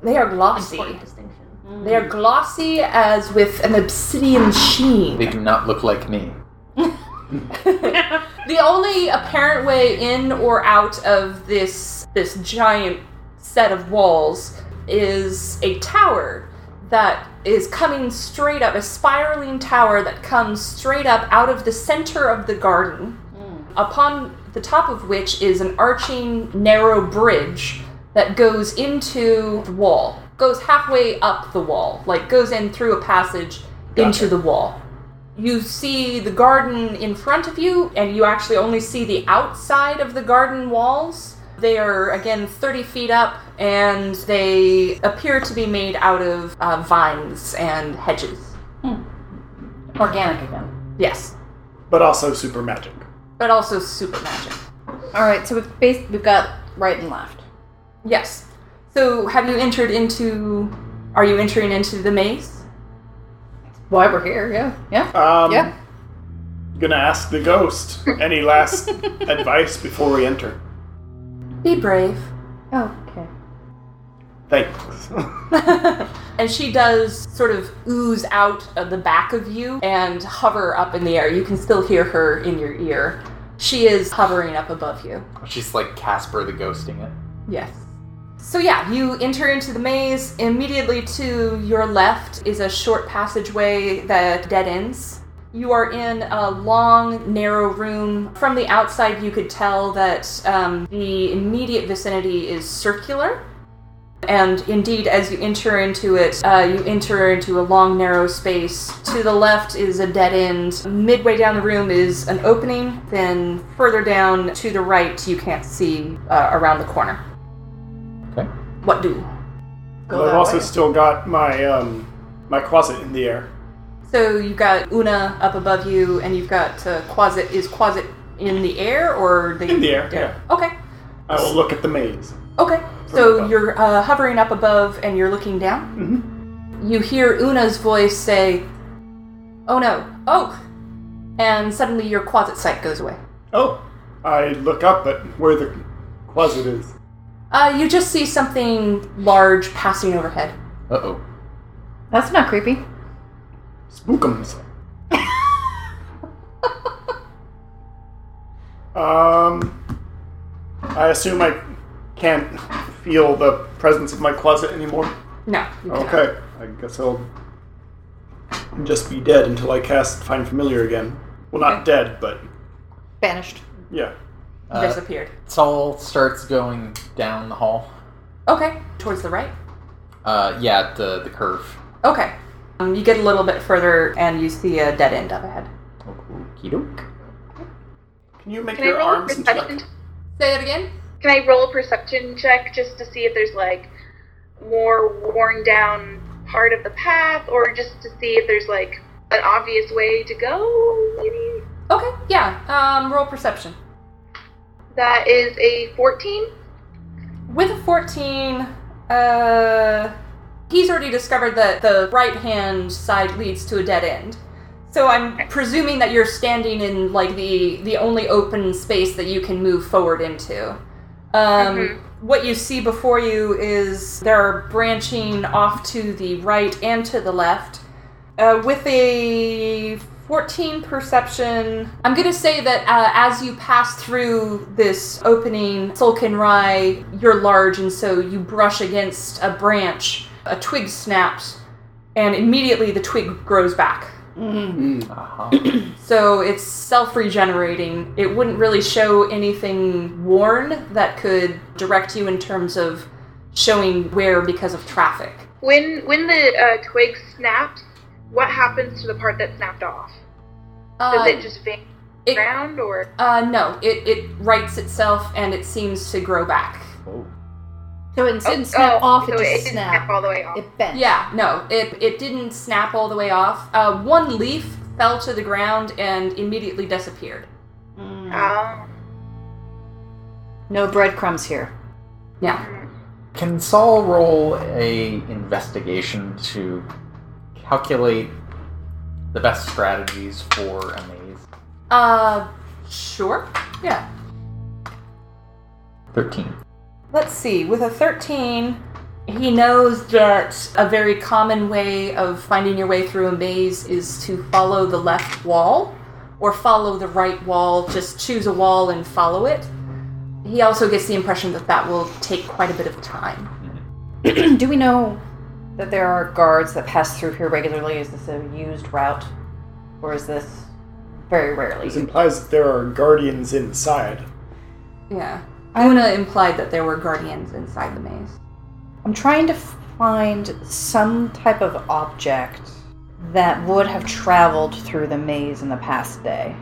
Speaker 5: They are glossy.
Speaker 4: Important distinction. Mm-hmm.
Speaker 5: They are glossy as with an obsidian
Speaker 8: They
Speaker 5: sheen.
Speaker 8: do not look like me.
Speaker 5: The only apparent way in or out of this this giant set of walls is a tower that is coming straight up, a spiraling tower that comes straight up out of the center of the garden, upon the top of which is an arching narrow bridge that goes into the wall, goes halfway up the wall, like goes in through a passage into the wall. You see the garden in front of you, and you actually only see the outside of the garden walls. They are, again, 30 feet up, and they appear to be made out of uh, vines and hedges.
Speaker 3: Organic again.
Speaker 5: Yes,
Speaker 6: But also super magic.
Speaker 5: but also super magic.
Speaker 3: All right. So we've bas we've got right and left.
Speaker 5: Yes. So, have you entered into. Are you entering into the maze?
Speaker 3: Why we're here? Yeah. Yeah.
Speaker 6: Um,
Speaker 3: Yeah.
Speaker 6: Gonna ask the ghost any last advice before we enter.
Speaker 5: Be brave.
Speaker 3: Oh, Okay.
Speaker 6: Thanks.
Speaker 5: And she does sort of ooze out of the back of you and hover up in the air. You can still hear her in your ear. She is hovering up above you.
Speaker 8: She's like Casper the ghosting it.
Speaker 5: Yes. So, yeah, you enter into the maze. Immediately to your left is a short passageway that dead ends. You are in a long, narrow room. From the outside, you could tell that um, the immediate vicinity is circular. And indeed, as you enter into it, uh, you enter into a long, narrow space. To the left is a dead end. Midway down the room is an opening. Then further down to the right, you can't see uh, around the corner.
Speaker 8: Okay.
Speaker 5: What do?
Speaker 3: Go
Speaker 6: I've
Speaker 3: that
Speaker 6: also
Speaker 3: way.
Speaker 6: still got my um, my closet in the air.
Speaker 5: So you've got Una up above you, and you've got uh, Quasit. Is Quasit in the air or they,
Speaker 6: In the air, yeah.
Speaker 5: Okay.
Speaker 6: I will look at the maze.
Speaker 5: Okay.
Speaker 6: From
Speaker 5: So
Speaker 6: above.
Speaker 5: you're uh, hovering up above, and you're looking down.
Speaker 6: Mm-hmm.
Speaker 5: You hear Una's voice say, "Oh no, Oak!" And suddenly your Quasit sight goes away.
Speaker 6: Oh, I look up at where the closet is.
Speaker 5: Uh, you just see something large passing overhead.
Speaker 8: Uh oh.
Speaker 3: That's not creepy.
Speaker 6: Spookums. um, I assume I can't feel the presence of my closet anymore.
Speaker 5: No. You cannot.
Speaker 6: Okay, I guess I'll just be dead until I cast Find Familiar again. Well, not dead, but
Speaker 3: Banished.
Speaker 6: yeah.
Speaker 8: Uh,
Speaker 5: Disappeared.
Speaker 8: Saul starts going down the hall.
Speaker 5: Okay. Towards the right.
Speaker 8: Uh, yeah, the the curve.
Speaker 5: Okay. Um, you get a little bit further, and you see a dead end up ahead.
Speaker 8: Okie doke.
Speaker 6: Can you make
Speaker 9: Can I
Speaker 6: your
Speaker 9: roll a
Speaker 6: arms into like-
Speaker 9: perception?
Speaker 5: Say that again.
Speaker 9: Can I roll a perception check just to see if there's like more worn down part of the path, or just to see if there's like an obvious way to go? Maybe
Speaker 5: Okay, yeah. Um, roll perception.
Speaker 9: that is a fourteen.
Speaker 5: With a 14, uh, he's already discovered that the right hand side leads to a dead end. So I'm presuming that you're standing in like the the only open space that you can move forward into. Um,
Speaker 9: Mhm.
Speaker 5: What you see before you is there are branching off to the right and to the left. Uh, with a 14 perception, I'm going to say that uh, as you pass through this opening, Sulkin Rai, you're large, and so you brush against a branch, a twig snaps, and immediately the twig grows back.
Speaker 8: Uh-huh.
Speaker 5: So it's self regenerating. It wouldn't really show anything worn that could direct you in terms of showing where because of traffic.
Speaker 9: When when the uh, twig snaps, what happens to the part that snapped off? Does
Speaker 5: Uh,
Speaker 9: it just vanish
Speaker 5: it-
Speaker 9: around, or
Speaker 5: Uh, no, it, it writes itself and it seems to grow back.
Speaker 3: So it didn't snap
Speaker 9: Oh,
Speaker 3: off, it
Speaker 9: so
Speaker 3: just
Speaker 9: didn't
Speaker 3: snapped.
Speaker 9: all the way off.
Speaker 3: It bent.
Speaker 5: Yeah, no, it, it didn't snap all the way off. Uh, one leaf fell to the ground and immediately disappeared.
Speaker 9: Oh.
Speaker 3: Mm. No breadcrumbs here.
Speaker 5: Yeah.
Speaker 8: Can Saul roll a investigation to calculate the best strategies for a maze?
Speaker 5: Uh, sure. Yeah.
Speaker 8: Thirteen.
Speaker 5: Let's see, with a 13, he knows that a very common way of finding your way through a maze is to follow the left wall or follow the right wall. Just choose a wall and follow it. He also gets the impression that that will take quite a bit of time.
Speaker 3: Do we know that there are guards that pass through here regularly? Is this a used route? Or is this very rarely?
Speaker 6: This
Speaker 3: used?
Speaker 6: implies that there are guardians inside.
Speaker 5: Yeah. Una implied that there were guardians inside the maze.
Speaker 3: I'm trying to find some type of object that would have traveled through the maze in the past day.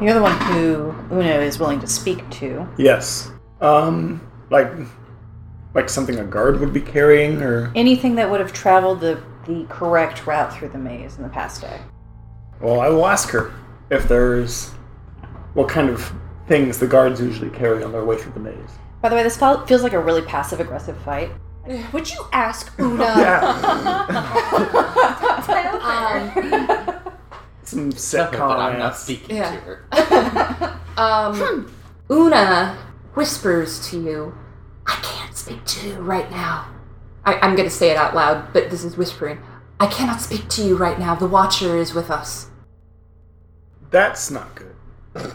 Speaker 3: You're the one who Una is willing to speak to.
Speaker 6: Yes. Um, like, like something a guard would be carrying, or
Speaker 3: Anything that would have traveled the, the correct route through the maze in the past day.
Speaker 6: well, I will ask her if there's what kind of things the guards usually carry on their way through the maze.
Speaker 3: By the way, this fel- feels like a really passive aggressive fight. Would you ask Una?
Speaker 6: Yeah,
Speaker 5: Um,
Speaker 6: some
Speaker 8: Except that
Speaker 6: sitcom.
Speaker 8: I'm not
Speaker 6: ass.
Speaker 8: speaking
Speaker 5: Yeah.
Speaker 8: to her.
Speaker 5: um, Una whispers to you, I can't speak to you right now. I, I'm going to say it out loud, but this is whispering. I cannot speak to you right now. The Watcher is with us.
Speaker 6: That's not good.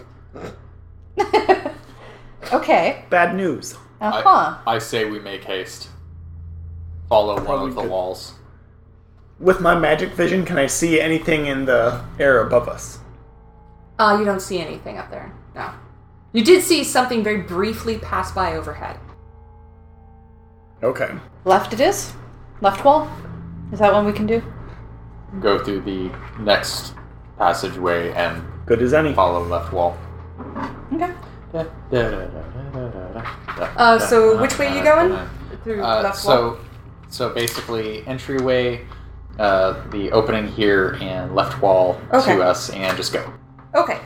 Speaker 3: okay.
Speaker 6: Bad news.
Speaker 3: Uh huh.
Speaker 8: I, I say we make haste. Follow one
Speaker 6: Probably
Speaker 8: of the
Speaker 6: good.
Speaker 8: walls.
Speaker 6: With my magic vision, can I see anything in the air above us?
Speaker 5: Uh, you don't see anything up there. No. You did see something very briefly pass by overhead.
Speaker 6: Okay.
Speaker 3: Left it is? Left wall? Is that one we can do?
Speaker 8: Go through the next passageway and
Speaker 6: Good as any.
Speaker 8: follow left wall.
Speaker 3: Okay.
Speaker 8: Uh,
Speaker 5: so which way you going? Through
Speaker 8: Uh,
Speaker 5: left wall.
Speaker 8: so, so basically, entryway, uh, the opening here, and left wall
Speaker 5: Okay.
Speaker 8: to us, and just go.
Speaker 5: Okay.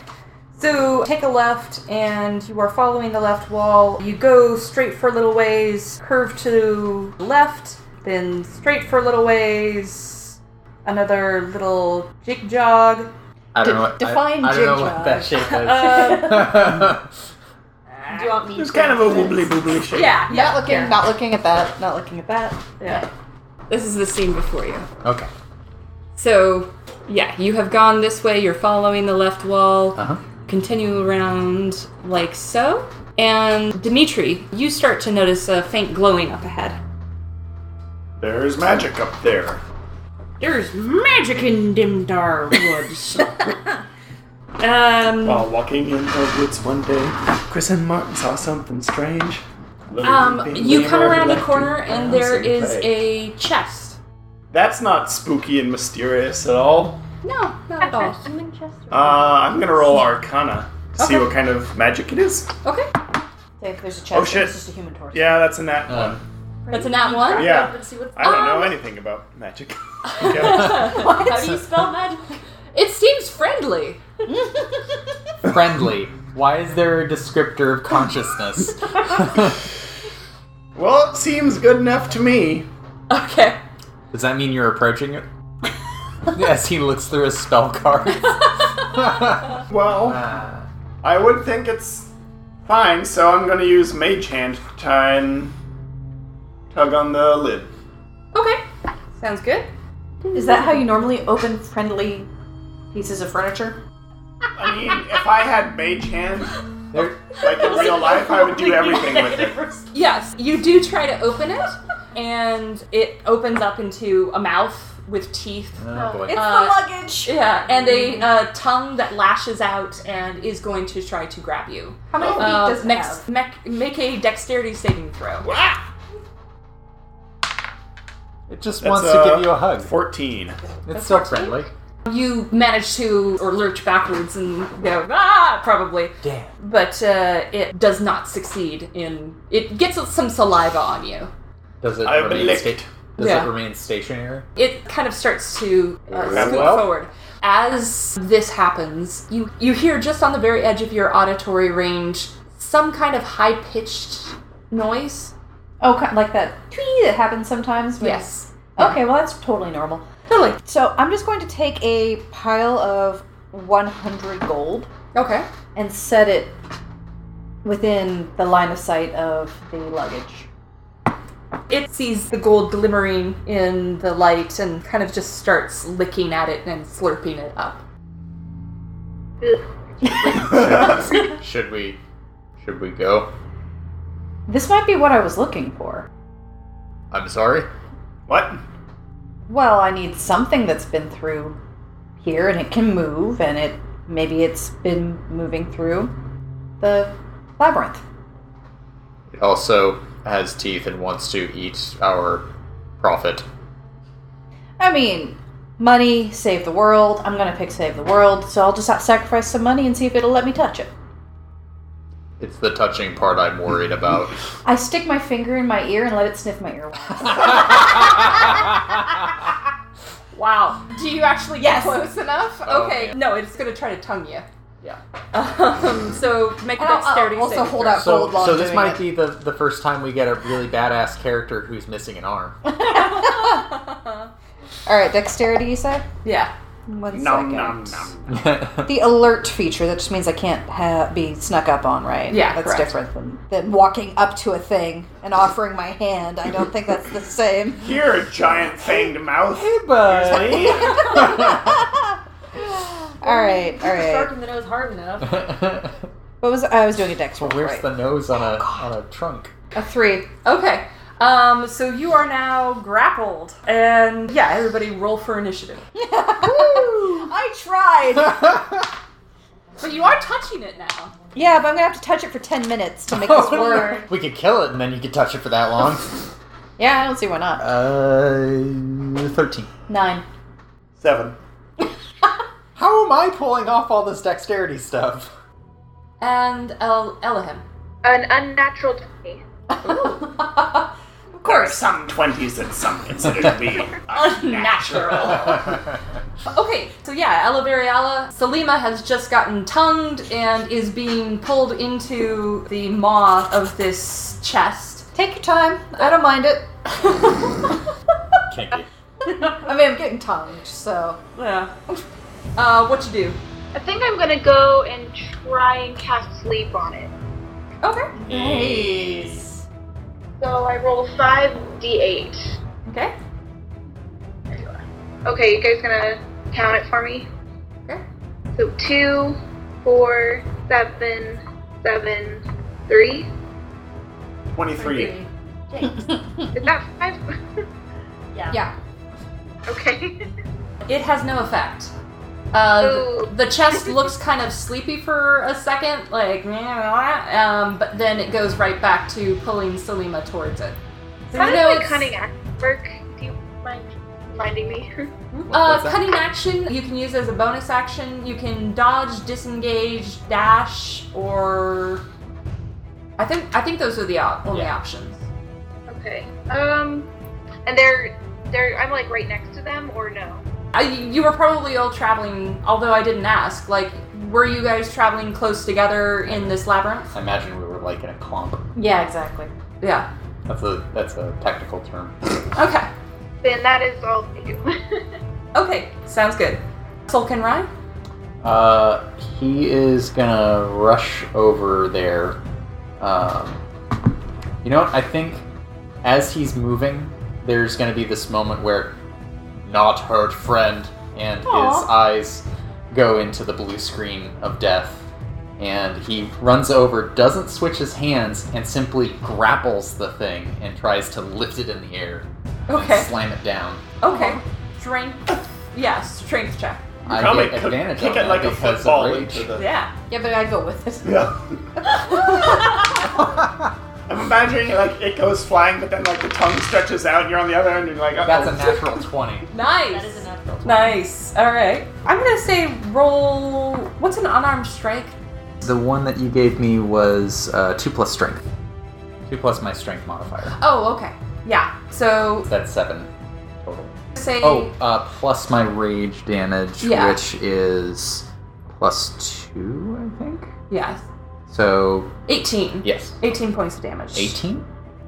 Speaker 5: So take a left, and you are following the left wall. You go straight for a little ways, curve to left, then straight for a little ways, another little jig jog.
Speaker 8: I don't
Speaker 3: De-
Speaker 8: know. What, I-
Speaker 3: define
Speaker 8: I, don't know what
Speaker 3: jigsaw.
Speaker 8: that shape is.
Speaker 5: Um,
Speaker 2: Do you want me
Speaker 6: It's
Speaker 2: to?
Speaker 6: kind of a wobbly boobly shape.
Speaker 5: yeah, yeah,
Speaker 3: Not looking
Speaker 5: yeah.
Speaker 3: not looking at that. Not looking at that.
Speaker 5: Yeah.
Speaker 4: This is the scene before you.
Speaker 8: okay.
Speaker 4: So, yeah, you have gone this way, you're following the left wall,
Speaker 8: Uh huh.
Speaker 4: continue around like so. And Dimitri, you start to notice a faint glowing up ahead.
Speaker 6: There's magic up there.
Speaker 4: There's magic in Dimdar Woods. um,
Speaker 6: While walking in the woods one day, Chris and Martin saw something strange. Oh,
Speaker 4: um, you come around a corner and there is a chest.
Speaker 6: That's not spooky and mysterious at all.
Speaker 4: No, not at all.
Speaker 6: Uh, I'm gonna roll Arcana to see
Speaker 4: Okay.
Speaker 6: what kind of magic it is.
Speaker 4: Okay,
Speaker 3: Say if there's a chest,
Speaker 6: Oh, shit.
Speaker 3: it's just a human torso.
Speaker 6: Yeah, that's a nat one.
Speaker 8: Uh,
Speaker 4: that's a nat one.
Speaker 6: Yeah,
Speaker 2: See what's
Speaker 6: I don't know
Speaker 4: Um,
Speaker 6: anything about magic. Okay.
Speaker 4: How do you spell magic? It seems friendly.
Speaker 8: friendly. Why is there a descriptor of consciousness?
Speaker 6: well, it seems good enough to me.
Speaker 5: Okay.
Speaker 8: Does that mean you're approaching it? As he looks through his spell cards.
Speaker 6: Well,
Speaker 8: Ah.
Speaker 6: I would think it's fine, so I'm gonna use Mage Hand to try and tug on the lid.
Speaker 5: Okay. Sounds good.
Speaker 3: Is that how you normally open friendly pieces of furniture?
Speaker 6: I mean, if I had Mage Hand,
Speaker 8: There-
Speaker 6: like in real life, I would do everything with it.
Speaker 5: Yes, you do try to open it, and it opens up into a mouth with teeth.
Speaker 8: oh boy.
Speaker 3: It's
Speaker 5: Uh,
Speaker 3: the luggage.
Speaker 5: Yeah, and a uh, tongue that lashes out and is going to try to grab you.
Speaker 3: How many feet
Speaker 5: Uh,
Speaker 3: does it
Speaker 5: mech-
Speaker 3: have?
Speaker 5: mech- make a dexterity saving throw.
Speaker 8: It just
Speaker 6: That's,
Speaker 8: wants to
Speaker 6: uh,
Speaker 8: give you a hug.
Speaker 6: 14.
Speaker 8: It's so friendly.
Speaker 5: You manage to, or lurch backwards and go, ah, probably.
Speaker 8: Damn.
Speaker 5: But uh, it does not succeed in. It gets some saliva on you.
Speaker 8: Does it
Speaker 6: I will
Speaker 8: remain
Speaker 6: lick
Speaker 8: sta-
Speaker 6: it.
Speaker 8: Does
Speaker 5: Yeah.
Speaker 8: it remain stationary?
Speaker 5: it kind of starts to uh,
Speaker 6: Well.
Speaker 5: scoot forward. As this happens, you you hear just on the very edge of your auditory range some kind of high pitched noise.
Speaker 3: Oh, kind like that twee that happens sometimes. when-
Speaker 5: Yes,
Speaker 3: Okay, well that's totally normal.
Speaker 5: totally.
Speaker 3: So I'm just going to take a pile of 100 gold
Speaker 5: Okay.
Speaker 3: and set it within the line of sight of the luggage.
Speaker 5: It sees the gold glimmering in the light and kind of just starts licking at it and slurping it up.
Speaker 8: Should we? Should we go?
Speaker 3: This might be what I was looking for.
Speaker 8: I'm sorry.
Speaker 6: What?
Speaker 3: Well, I need something that's been through here and it can move and it maybe it's been moving through the labyrinth.
Speaker 8: It also has teeth and wants to eat our profit.
Speaker 3: I mean, money, save the world. I'm going to pick save the world, so I'll just sacrifice some money and see if it'll let me touch it.
Speaker 8: It's the touching part I'm worried about.
Speaker 3: I stick my finger in my ear and let it sniff my earwax.
Speaker 5: Wow. Do you actually get close enough?
Speaker 8: Oh,
Speaker 5: okay.
Speaker 8: yeah.
Speaker 5: No, it's gonna try to tongue you.
Speaker 8: Yeah.
Speaker 5: Um, so make a
Speaker 3: And I'll- I'll
Speaker 5: dexterity
Speaker 3: also
Speaker 5: saving
Speaker 3: hold
Speaker 5: throw.
Speaker 3: up.
Speaker 8: So,
Speaker 3: Gold while
Speaker 8: so this
Speaker 3: doing
Speaker 8: might
Speaker 3: it.
Speaker 8: be the, the first time we get a really badass character who's missing an arm.
Speaker 3: All right, dexterity, you say?
Speaker 5: Yeah.
Speaker 3: One
Speaker 6: Nom
Speaker 3: second.
Speaker 6: nom nom.
Speaker 3: The alert feature, that just means I can't ha- be snuck up on, right?
Speaker 5: Yeah,
Speaker 3: That's
Speaker 5: correct.
Speaker 3: different than, than walking up to a thing and offering my hand. I don't think that's the same.
Speaker 6: Here, giant fanged mouth.
Speaker 8: buddy.
Speaker 3: All right, all
Speaker 2: Shark
Speaker 3: right.
Speaker 2: in the nose hard enough.
Speaker 3: What was I was doing a dex roll,
Speaker 8: Where's
Speaker 3: right? Oh,
Speaker 8: the nose on a on a trunk?
Speaker 3: A three.
Speaker 5: Okay. Um, so you are now grappled. And yeah, everybody roll for initiative.
Speaker 3: I tried.
Speaker 5: But you are touching it now.
Speaker 3: yeah, but I'm gonna have to touch it for ten minutes to make
Speaker 8: Oh,
Speaker 3: this work.
Speaker 8: we could kill it and then you could touch it for that long.
Speaker 3: Yeah, I don't see why not.
Speaker 8: Uh, 13.
Speaker 3: Nine.
Speaker 6: Seven.
Speaker 8: How am I pulling off all this dexterity stuff?
Speaker 4: And El- Elohim.
Speaker 9: An unnatural 20.
Speaker 6: Of course, some 20s and some consider to be unnatural.
Speaker 5: Okay, so yeah, Ella Variala, Salima has just gotten tongued and is being pulled into the maw of this chest.
Speaker 3: Take your time. I don't mind it.
Speaker 8: Kinky.
Speaker 3: I mean, I'm getting tongued, so
Speaker 5: Yeah. Uh, what you do?
Speaker 9: I think I'm gonna go and try and cast sleep on it.
Speaker 5: Okay.
Speaker 9: So I roll 5d8.
Speaker 5: Okay.
Speaker 9: There you are. Okay, you guys gonna count it for me?
Speaker 5: Okay.
Speaker 9: So two, four, seven, seven, three.
Speaker 6: 23.
Speaker 9: Is that five?
Speaker 3: yeah.
Speaker 9: okay.
Speaker 5: It has no effect. Uh,
Speaker 3: Oh.
Speaker 9: Ooh.
Speaker 5: th- the chest looks kind of sleepy for a second, like, um, but then it goes right back to pulling Salima towards it. So
Speaker 9: How
Speaker 5: you
Speaker 9: does
Speaker 5: know
Speaker 9: my
Speaker 5: it's-
Speaker 9: cunning act work? Do you mind reminding me?
Speaker 5: Uh,
Speaker 8: What's that?
Speaker 5: cunning action you can use as a bonus action. You can dodge, disengage, dash, or I think I think those are the op- only
Speaker 8: Yeah.
Speaker 5: options.
Speaker 9: okay. Um, and they're they're I'm like right next to them or no?
Speaker 5: I, you were probably all traveling, although I didn't ask. Like, were you guys traveling close together in this labyrinth?
Speaker 8: I imagine we were like in a clump.
Speaker 3: Yeah, exactly.
Speaker 5: Yeah.
Speaker 8: That's a that's a technical term.
Speaker 5: Okay.
Speaker 9: Then that is all they do.
Speaker 5: Okay. Sounds good. Sulkin Rai.
Speaker 8: Uh, he is gonna rush over there. Um, you know what? I think as he's moving, there's gonna be this moment where not hurt friend, and his eyes go into the blue screen of death. And he runs over, doesn't switch his hands, and simply grapples the thing and tries to lift it in the air. and
Speaker 5: Okay.
Speaker 8: Slam it down.
Speaker 5: Okay. Strength. Yeah. Strength check.
Speaker 8: I
Speaker 6: Probably
Speaker 8: get
Speaker 6: kick-
Speaker 8: advantage
Speaker 6: kick
Speaker 8: on
Speaker 6: it
Speaker 8: that
Speaker 6: like a
Speaker 8: because of
Speaker 6: football
Speaker 8: rage.
Speaker 6: into the.
Speaker 5: Yeah.
Speaker 3: Yeah, but I go with it.
Speaker 6: Yeah. I'm imagining like it goes flying, but then like the tongue stretches out, and you're on the other end, and you're like, uh
Speaker 8: That's a natural 20.
Speaker 5: Nice.
Speaker 4: That is a natural.
Speaker 5: Nice. All right. I'm gonna say roll. What's an unarmed strike?
Speaker 8: The one that you gave me was uh, 2 plus strength. 2 plus my strength modifier.
Speaker 5: Oh, okay. Yeah. So
Speaker 8: That's 7 total.
Speaker 5: say.
Speaker 8: Oh, uh, plus my rage damage,
Speaker 5: Yeah.
Speaker 8: which is plus 2, I think?
Speaker 5: Yeah.
Speaker 8: So,
Speaker 5: Eighteen.
Speaker 8: yes.
Speaker 5: 18 points of damage.
Speaker 8: 18?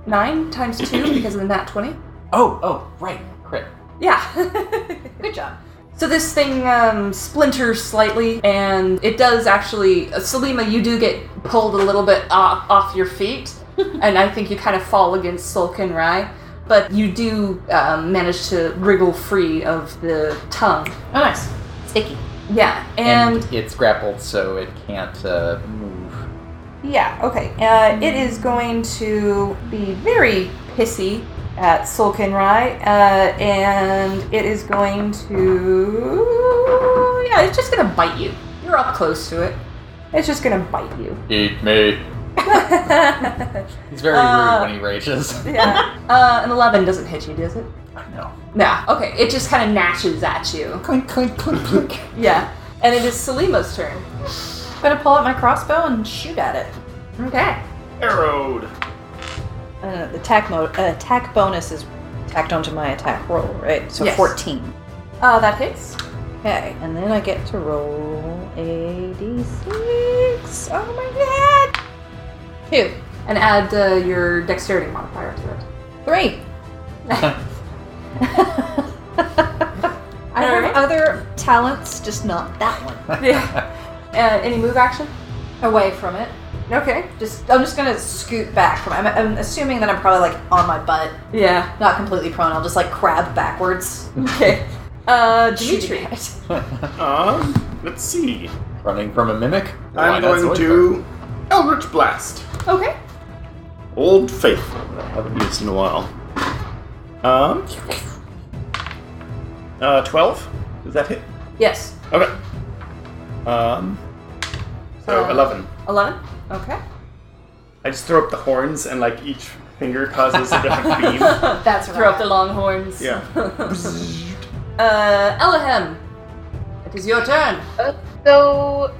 Speaker 5: 9 times 2 because of the nat 20?
Speaker 8: Oh, oh, right. Crit.
Speaker 5: Yeah.
Speaker 3: Good job.
Speaker 5: so this thing um, splinters slightly, and it does actually. Uh, Salima, you do get pulled a little bit off, off your feet, and I think you kind of fall against Sulkin Rai, but you do um, manage to wriggle free of the tongue.
Speaker 3: Oh, nice. Sticky.
Speaker 5: Yeah, and.
Speaker 8: it's grappled, so it can't uh, move.
Speaker 5: Yeah, okay. Uh, it is going to be very pissy at Sulkin Rai, uh, and it is going to. Yeah, it's just gonna bite you. You're up close to it. It's just gonna bite you.
Speaker 8: Eat me.
Speaker 5: yeah.
Speaker 8: He's very
Speaker 5: Uh,
Speaker 8: rude when he rages.
Speaker 5: Uh, an 11 doesn't hit you, does it?
Speaker 8: no.
Speaker 5: Nah, okay. It just kind of gnashes at you.
Speaker 8: Clink, clink, clink, clink.
Speaker 5: Yeah. And it is Salima's turn.
Speaker 3: I'm gonna pull out my crossbow and shoot at it.
Speaker 5: Okay.
Speaker 6: arrowed.
Speaker 3: Uh, the attack mode, uh, attack bonus is tacked onto my attack roll, right? So
Speaker 5: Yes.
Speaker 3: 14.
Speaker 5: Uh, that hits.
Speaker 3: Okay, and then I get to roll a d6. Oh my god! Two,
Speaker 5: And add uh, your dexterity modifier to it.
Speaker 3: three. I
Speaker 5: Alright.
Speaker 3: have other talents, just not that one.
Speaker 5: Uh, any move action?
Speaker 3: Away from it.
Speaker 5: Okay.
Speaker 3: Just, I'm just gonna scoot back from. I'm, I'm assuming that I'm probably like on my butt,
Speaker 5: Yeah.
Speaker 3: not completely prone. I'll just like crab backwards.
Speaker 5: Okay. Uh,
Speaker 3: shooting
Speaker 5: Dimitri.
Speaker 3: at it.
Speaker 6: Um, let's see.
Speaker 8: Running from a mimic? Why not
Speaker 6: I'm going
Speaker 8: Zoidberg?
Speaker 6: to Eldritch Blast.
Speaker 5: Okay.
Speaker 6: Old Faithful that I haven't used in a while. Um, uh, twelve. Does that hit?
Speaker 5: Yes.
Speaker 6: Okay. Um, so
Speaker 5: Uh,
Speaker 6: eleven.
Speaker 5: 11? Okay.
Speaker 6: I just throw up the horns, and like each finger causes a different beam.
Speaker 3: That's
Speaker 5: Throw up the long horns.
Speaker 6: Yeah.
Speaker 5: Uh, Elohim, it is your turn.
Speaker 9: Uh, so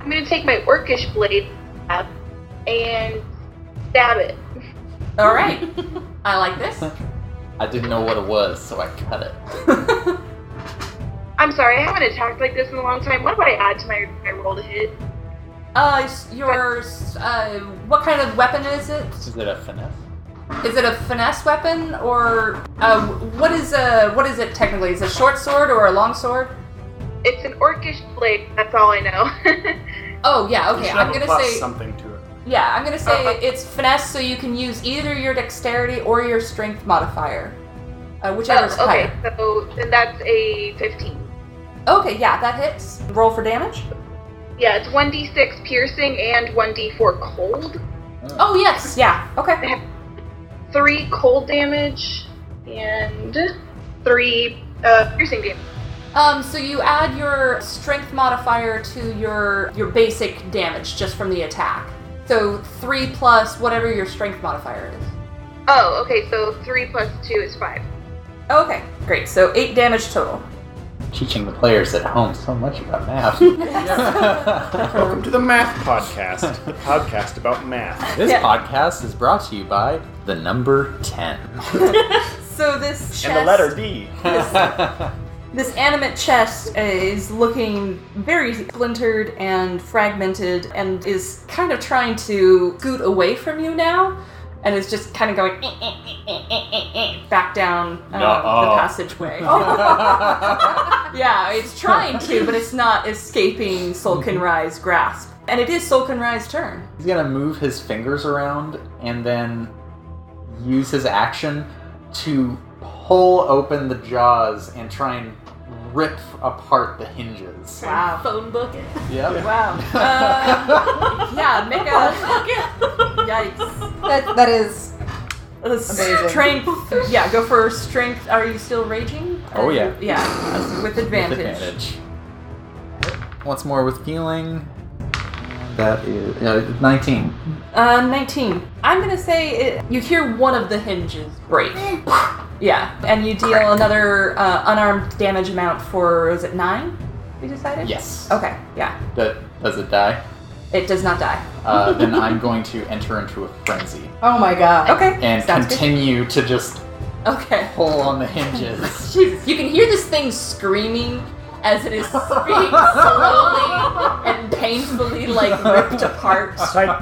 Speaker 9: I'm gonna take my orcish blade out and stab it.
Speaker 5: All right. I like this.
Speaker 8: I didn't know what it was, so I cut it.
Speaker 9: I'm sorry, I haven't attacked like this in a long time. What would I add to my, my roll to hit?
Speaker 5: Uh, s- your s- uh, what kind of weapon is it?
Speaker 8: Is it a finesse?
Speaker 5: Is it a finesse weapon or uh, what is a what is it technically? Is it a short sword or a long sword?
Speaker 9: It's an orcish blade. That's all I know.
Speaker 5: Oh yeah, okay.
Speaker 6: Should
Speaker 5: I'm
Speaker 6: have a
Speaker 5: gonna
Speaker 6: plus
Speaker 5: say
Speaker 6: something to it.
Speaker 5: yeah. I'm gonna say
Speaker 9: Uh-huh.
Speaker 5: it's finesse, so you can use either your dexterity or your strength modifier, uh, whichever is
Speaker 9: oh, okay,
Speaker 5: higher.
Speaker 9: so then that's a 15.
Speaker 5: Okay, yeah, that hits. Roll for damage.
Speaker 9: Yeah, it's 1d6 piercing and 1d4 cold.
Speaker 5: Oh yes, yeah. Okay.
Speaker 9: Three cold damage and three uh, piercing damage.
Speaker 5: Um, so you add your strength modifier to your your basic damage just from the attack. So three plus whatever your strength modifier is.
Speaker 9: Oh, okay, so three plus two is five.
Speaker 5: Okay, great. So eight damage total.
Speaker 8: Teaching the players at home so much about math.
Speaker 6: Welcome to the math podcast. The podcast about math.
Speaker 8: this podcast is brought to you by the number 10.
Speaker 5: So this chest,
Speaker 6: And the letter D.
Speaker 5: this animate chest is looking very splintered and fragmented, and is kind of trying to scoot away from you now, and is just kind of going "Eh, eh, eh, eh, eh, eh, eh," back down um,
Speaker 8: Nuh-uh.
Speaker 5: the passageway. Yeah, it's trying to, but it's not escaping Sulkin Rai's grasp. And it is Sulkin Rai's turn.
Speaker 8: He's gonna move his fingers around and then use his action to pull open the jaws and try and rip apart the hinges.
Speaker 5: Wow.
Speaker 4: Phone book.
Speaker 8: Yep.
Speaker 5: Wow. Uh, yeah, make a. Yikes.
Speaker 3: That, that is Amazing.
Speaker 5: Uh, Strength. Yeah, go for strength. Are you still raging?
Speaker 8: Oh, yeah.
Speaker 5: Yeah, that's with advantage.
Speaker 8: With advantage. Once more with healing. That is uh, 19.
Speaker 5: Uh, 19. I'm gonna say it, you hear one of the hinges break. yeah, and you deal another uh, unarmed damage amount for, is it nine? We decided?
Speaker 8: Yes.
Speaker 5: Okay, yeah.
Speaker 8: That does it die?
Speaker 5: It does not die.
Speaker 8: Uh, then I'm going to enter into a frenzy
Speaker 3: oh my god.
Speaker 5: Okay.
Speaker 8: and
Speaker 5: Sounds good.
Speaker 8: continue to just
Speaker 5: Okay.
Speaker 8: pull on the hinges.
Speaker 5: Jesus, you can hear this thing screaming as it is being slowly and painfully like ripped apart.
Speaker 6: It's like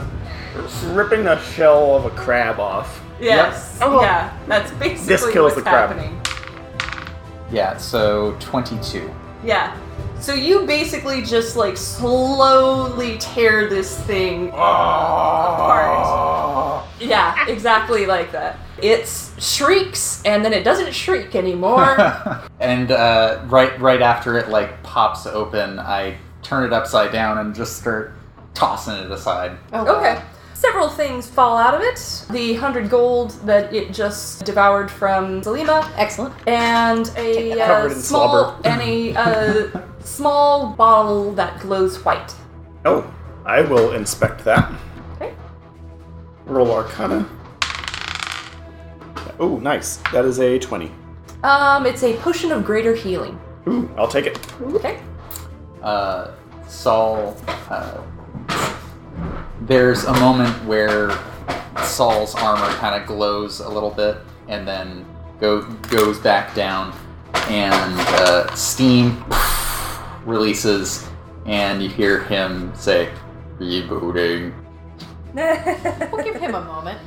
Speaker 6: ripping a shell of a crab off.
Speaker 5: Yes.
Speaker 9: Oh.
Speaker 5: Yeah. That's basically
Speaker 6: kills
Speaker 5: what's
Speaker 6: the crab.
Speaker 5: happening.
Speaker 8: yeah, so 22.
Speaker 5: Yeah. So you basically just like slowly tear this thing
Speaker 6: Oh,
Speaker 5: apart. Yeah, exactly like that. It shrieks and then it doesn't shriek anymore.
Speaker 8: and uh, right right after it like pops open, I turn it upside down and just start tossing it aside.
Speaker 5: Oh, Okay. Several things fall out of it. The hundred gold that it just devoured from Salima,
Speaker 3: Excellent.
Speaker 5: and a uh,
Speaker 6: Covered in
Speaker 5: small
Speaker 6: slobber.
Speaker 5: and a uh, small bottle that glows white.
Speaker 6: Oh, I will inspect that.
Speaker 5: Okay.
Speaker 6: Roll Arcana. Oh, nice. That is a 20.
Speaker 5: Um, it's a potion of greater healing.
Speaker 6: Ooh, I'll take it.
Speaker 5: Okay.
Speaker 8: Uh, Saul, uh, there's a moment where Saul's armor kind of glows a little bit, and then go goes back down, and uh, steam releases, and you hear him say, "Rebooting."
Speaker 3: We'll give him a moment.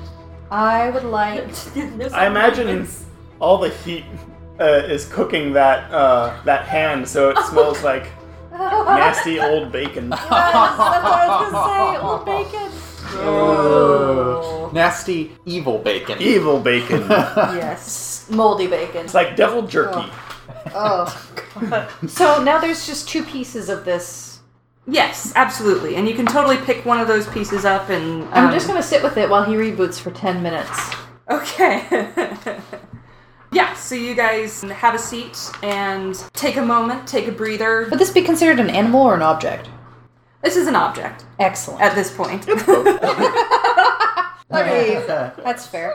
Speaker 3: I would like.
Speaker 6: I imagine all the heat uh, is cooking that uh, that hand, so it smells like nasty old bacon.
Speaker 3: Yes, that's what I was gonna say. Old bacon.
Speaker 8: Oh. Nasty evil bacon.
Speaker 6: Evil bacon.
Speaker 3: Yes. Moldy bacon.
Speaker 6: It's like devil jerky.
Speaker 3: Oh. so now there's just two pieces of this
Speaker 5: Yes, absolutely. And you can totally pick one of those pieces up and. Um,
Speaker 3: I'm just gonna sit with it while he reboots for ten minutes.
Speaker 5: Okay. yeah, so you guys have a seat and take a moment, take a breather.
Speaker 3: Would this be considered an animal or an object?
Speaker 5: This is an object
Speaker 3: Excellent.
Speaker 5: at this point.
Speaker 3: I mean, that's fair.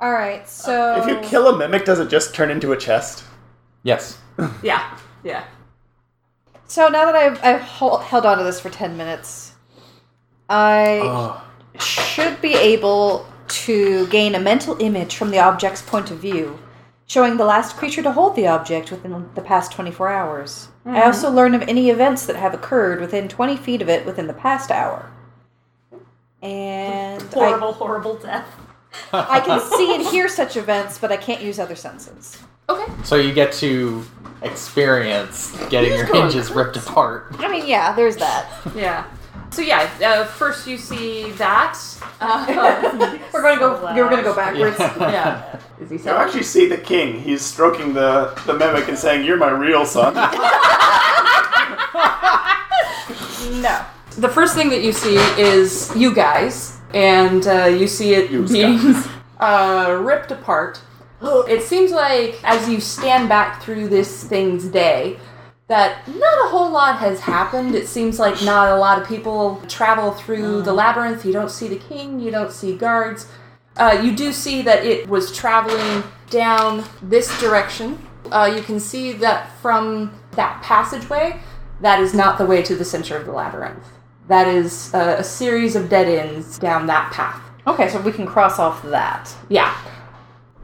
Speaker 3: All right, so
Speaker 6: Uh, If you kill a mimic, does it just turn into a chest?
Speaker 8: Yes.
Speaker 5: yeah, yeah.
Speaker 3: so now that I've, I've hol- held on to this for ten minutes, I
Speaker 8: Oh.
Speaker 3: should be able to gain a mental image from the object's point of view, showing the last creature to hold the object within the past 24 hours.
Speaker 10: Mm-hmm.
Speaker 3: I also learn of any events that have occurred within 20 feet of it within the past hour. And I,
Speaker 10: Horrible, horrible death.
Speaker 3: I can see and hear such events, but I can't use other senses.
Speaker 8: So you get to experience getting your hinges ripped apart.
Speaker 3: I mean, yeah, there's that.
Speaker 5: Yeah. So yeah, uh, first you see that. Uh,
Speaker 3: We're gonna go. We're gonna go backwards.
Speaker 5: yeah.
Speaker 11: Is he
Speaker 6: You actually see the king. He's stroking the, the mimic and saying, You're my real son.
Speaker 3: No.
Speaker 5: The first thing that you see is you guys, and uh, you see it
Speaker 6: You
Speaker 5: being uh, ripped apart. It seems like as you stand back through this thing's day, that not a whole lot has happened. It seems like not a lot of people travel through the labyrinth. You don't see the king, you don't see guards. Uh, you do see that it was traveling down this direction. Uh, you can see that from that passageway, that is not the way to the center of the labyrinth. That is uh, a series of dead ends down that path.
Speaker 3: Okay, so we can cross off that.
Speaker 5: Yeah.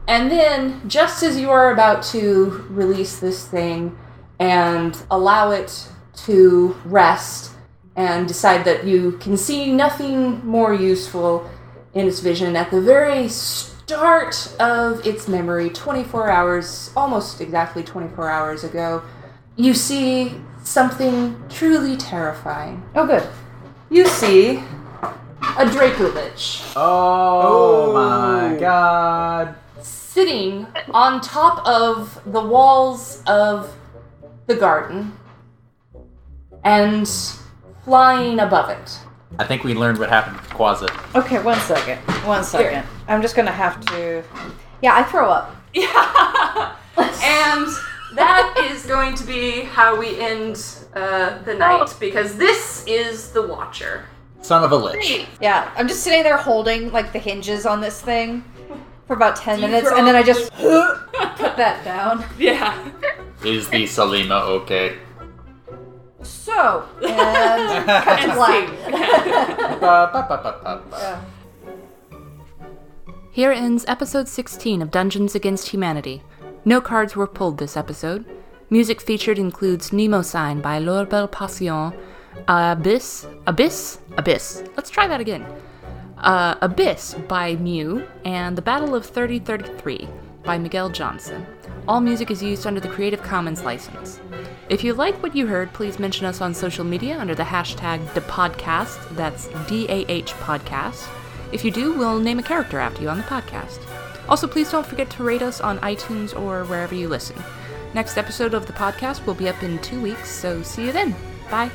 Speaker 5: And then, just as you are about to release this thing and allow it to rest and decide that you can see nothing more useful in its vision, at the very start of its memory, 24 hours, almost exactly 24 hours ago, you see something truly terrifying.
Speaker 3: Oh, good.
Speaker 5: You see a Dracolich.
Speaker 8: Oh,
Speaker 6: Oh.
Speaker 8: my god.
Speaker 5: sitting on top of the walls of the garden and flying above it.
Speaker 8: I think we learned what happened with Quasit.
Speaker 3: Okay, one second. One second. I'm just gonna have to. Yeah, I throw up.
Speaker 5: And that is going to be how we end uh, the night because this is the Watcher.
Speaker 8: Son of a lich.
Speaker 3: Yeah, I'm just sitting there holding like the hinges on this thing for about ten minutes, and then I just put that down.
Speaker 5: Yeah.
Speaker 8: Is the Salima okay?
Speaker 3: So and cut to black.
Speaker 8: Ba, ba, ba, ba, ba, ba.
Speaker 1: Here ends episode 16 of Dungeons Against Humanity. No cards were pulled this episode. Music featured includes Nemo Sign by L'Orbel Passion, Abyss, Abyss, Abyss. Let's try that again. Uh, Abyss by Mew, and The Battle of 3033 by Miguel Johnson. All music is used under the Creative Commons license. If you like what you heard, please mention us on social media under the hashtag DAPodcast, that's D A H podcast. If you do, we'll name a character after you on the podcast. Also, please don't forget to rate us on iTunes or wherever you listen. Next episode of the podcast will be up in two weeks, so see you then. Bye.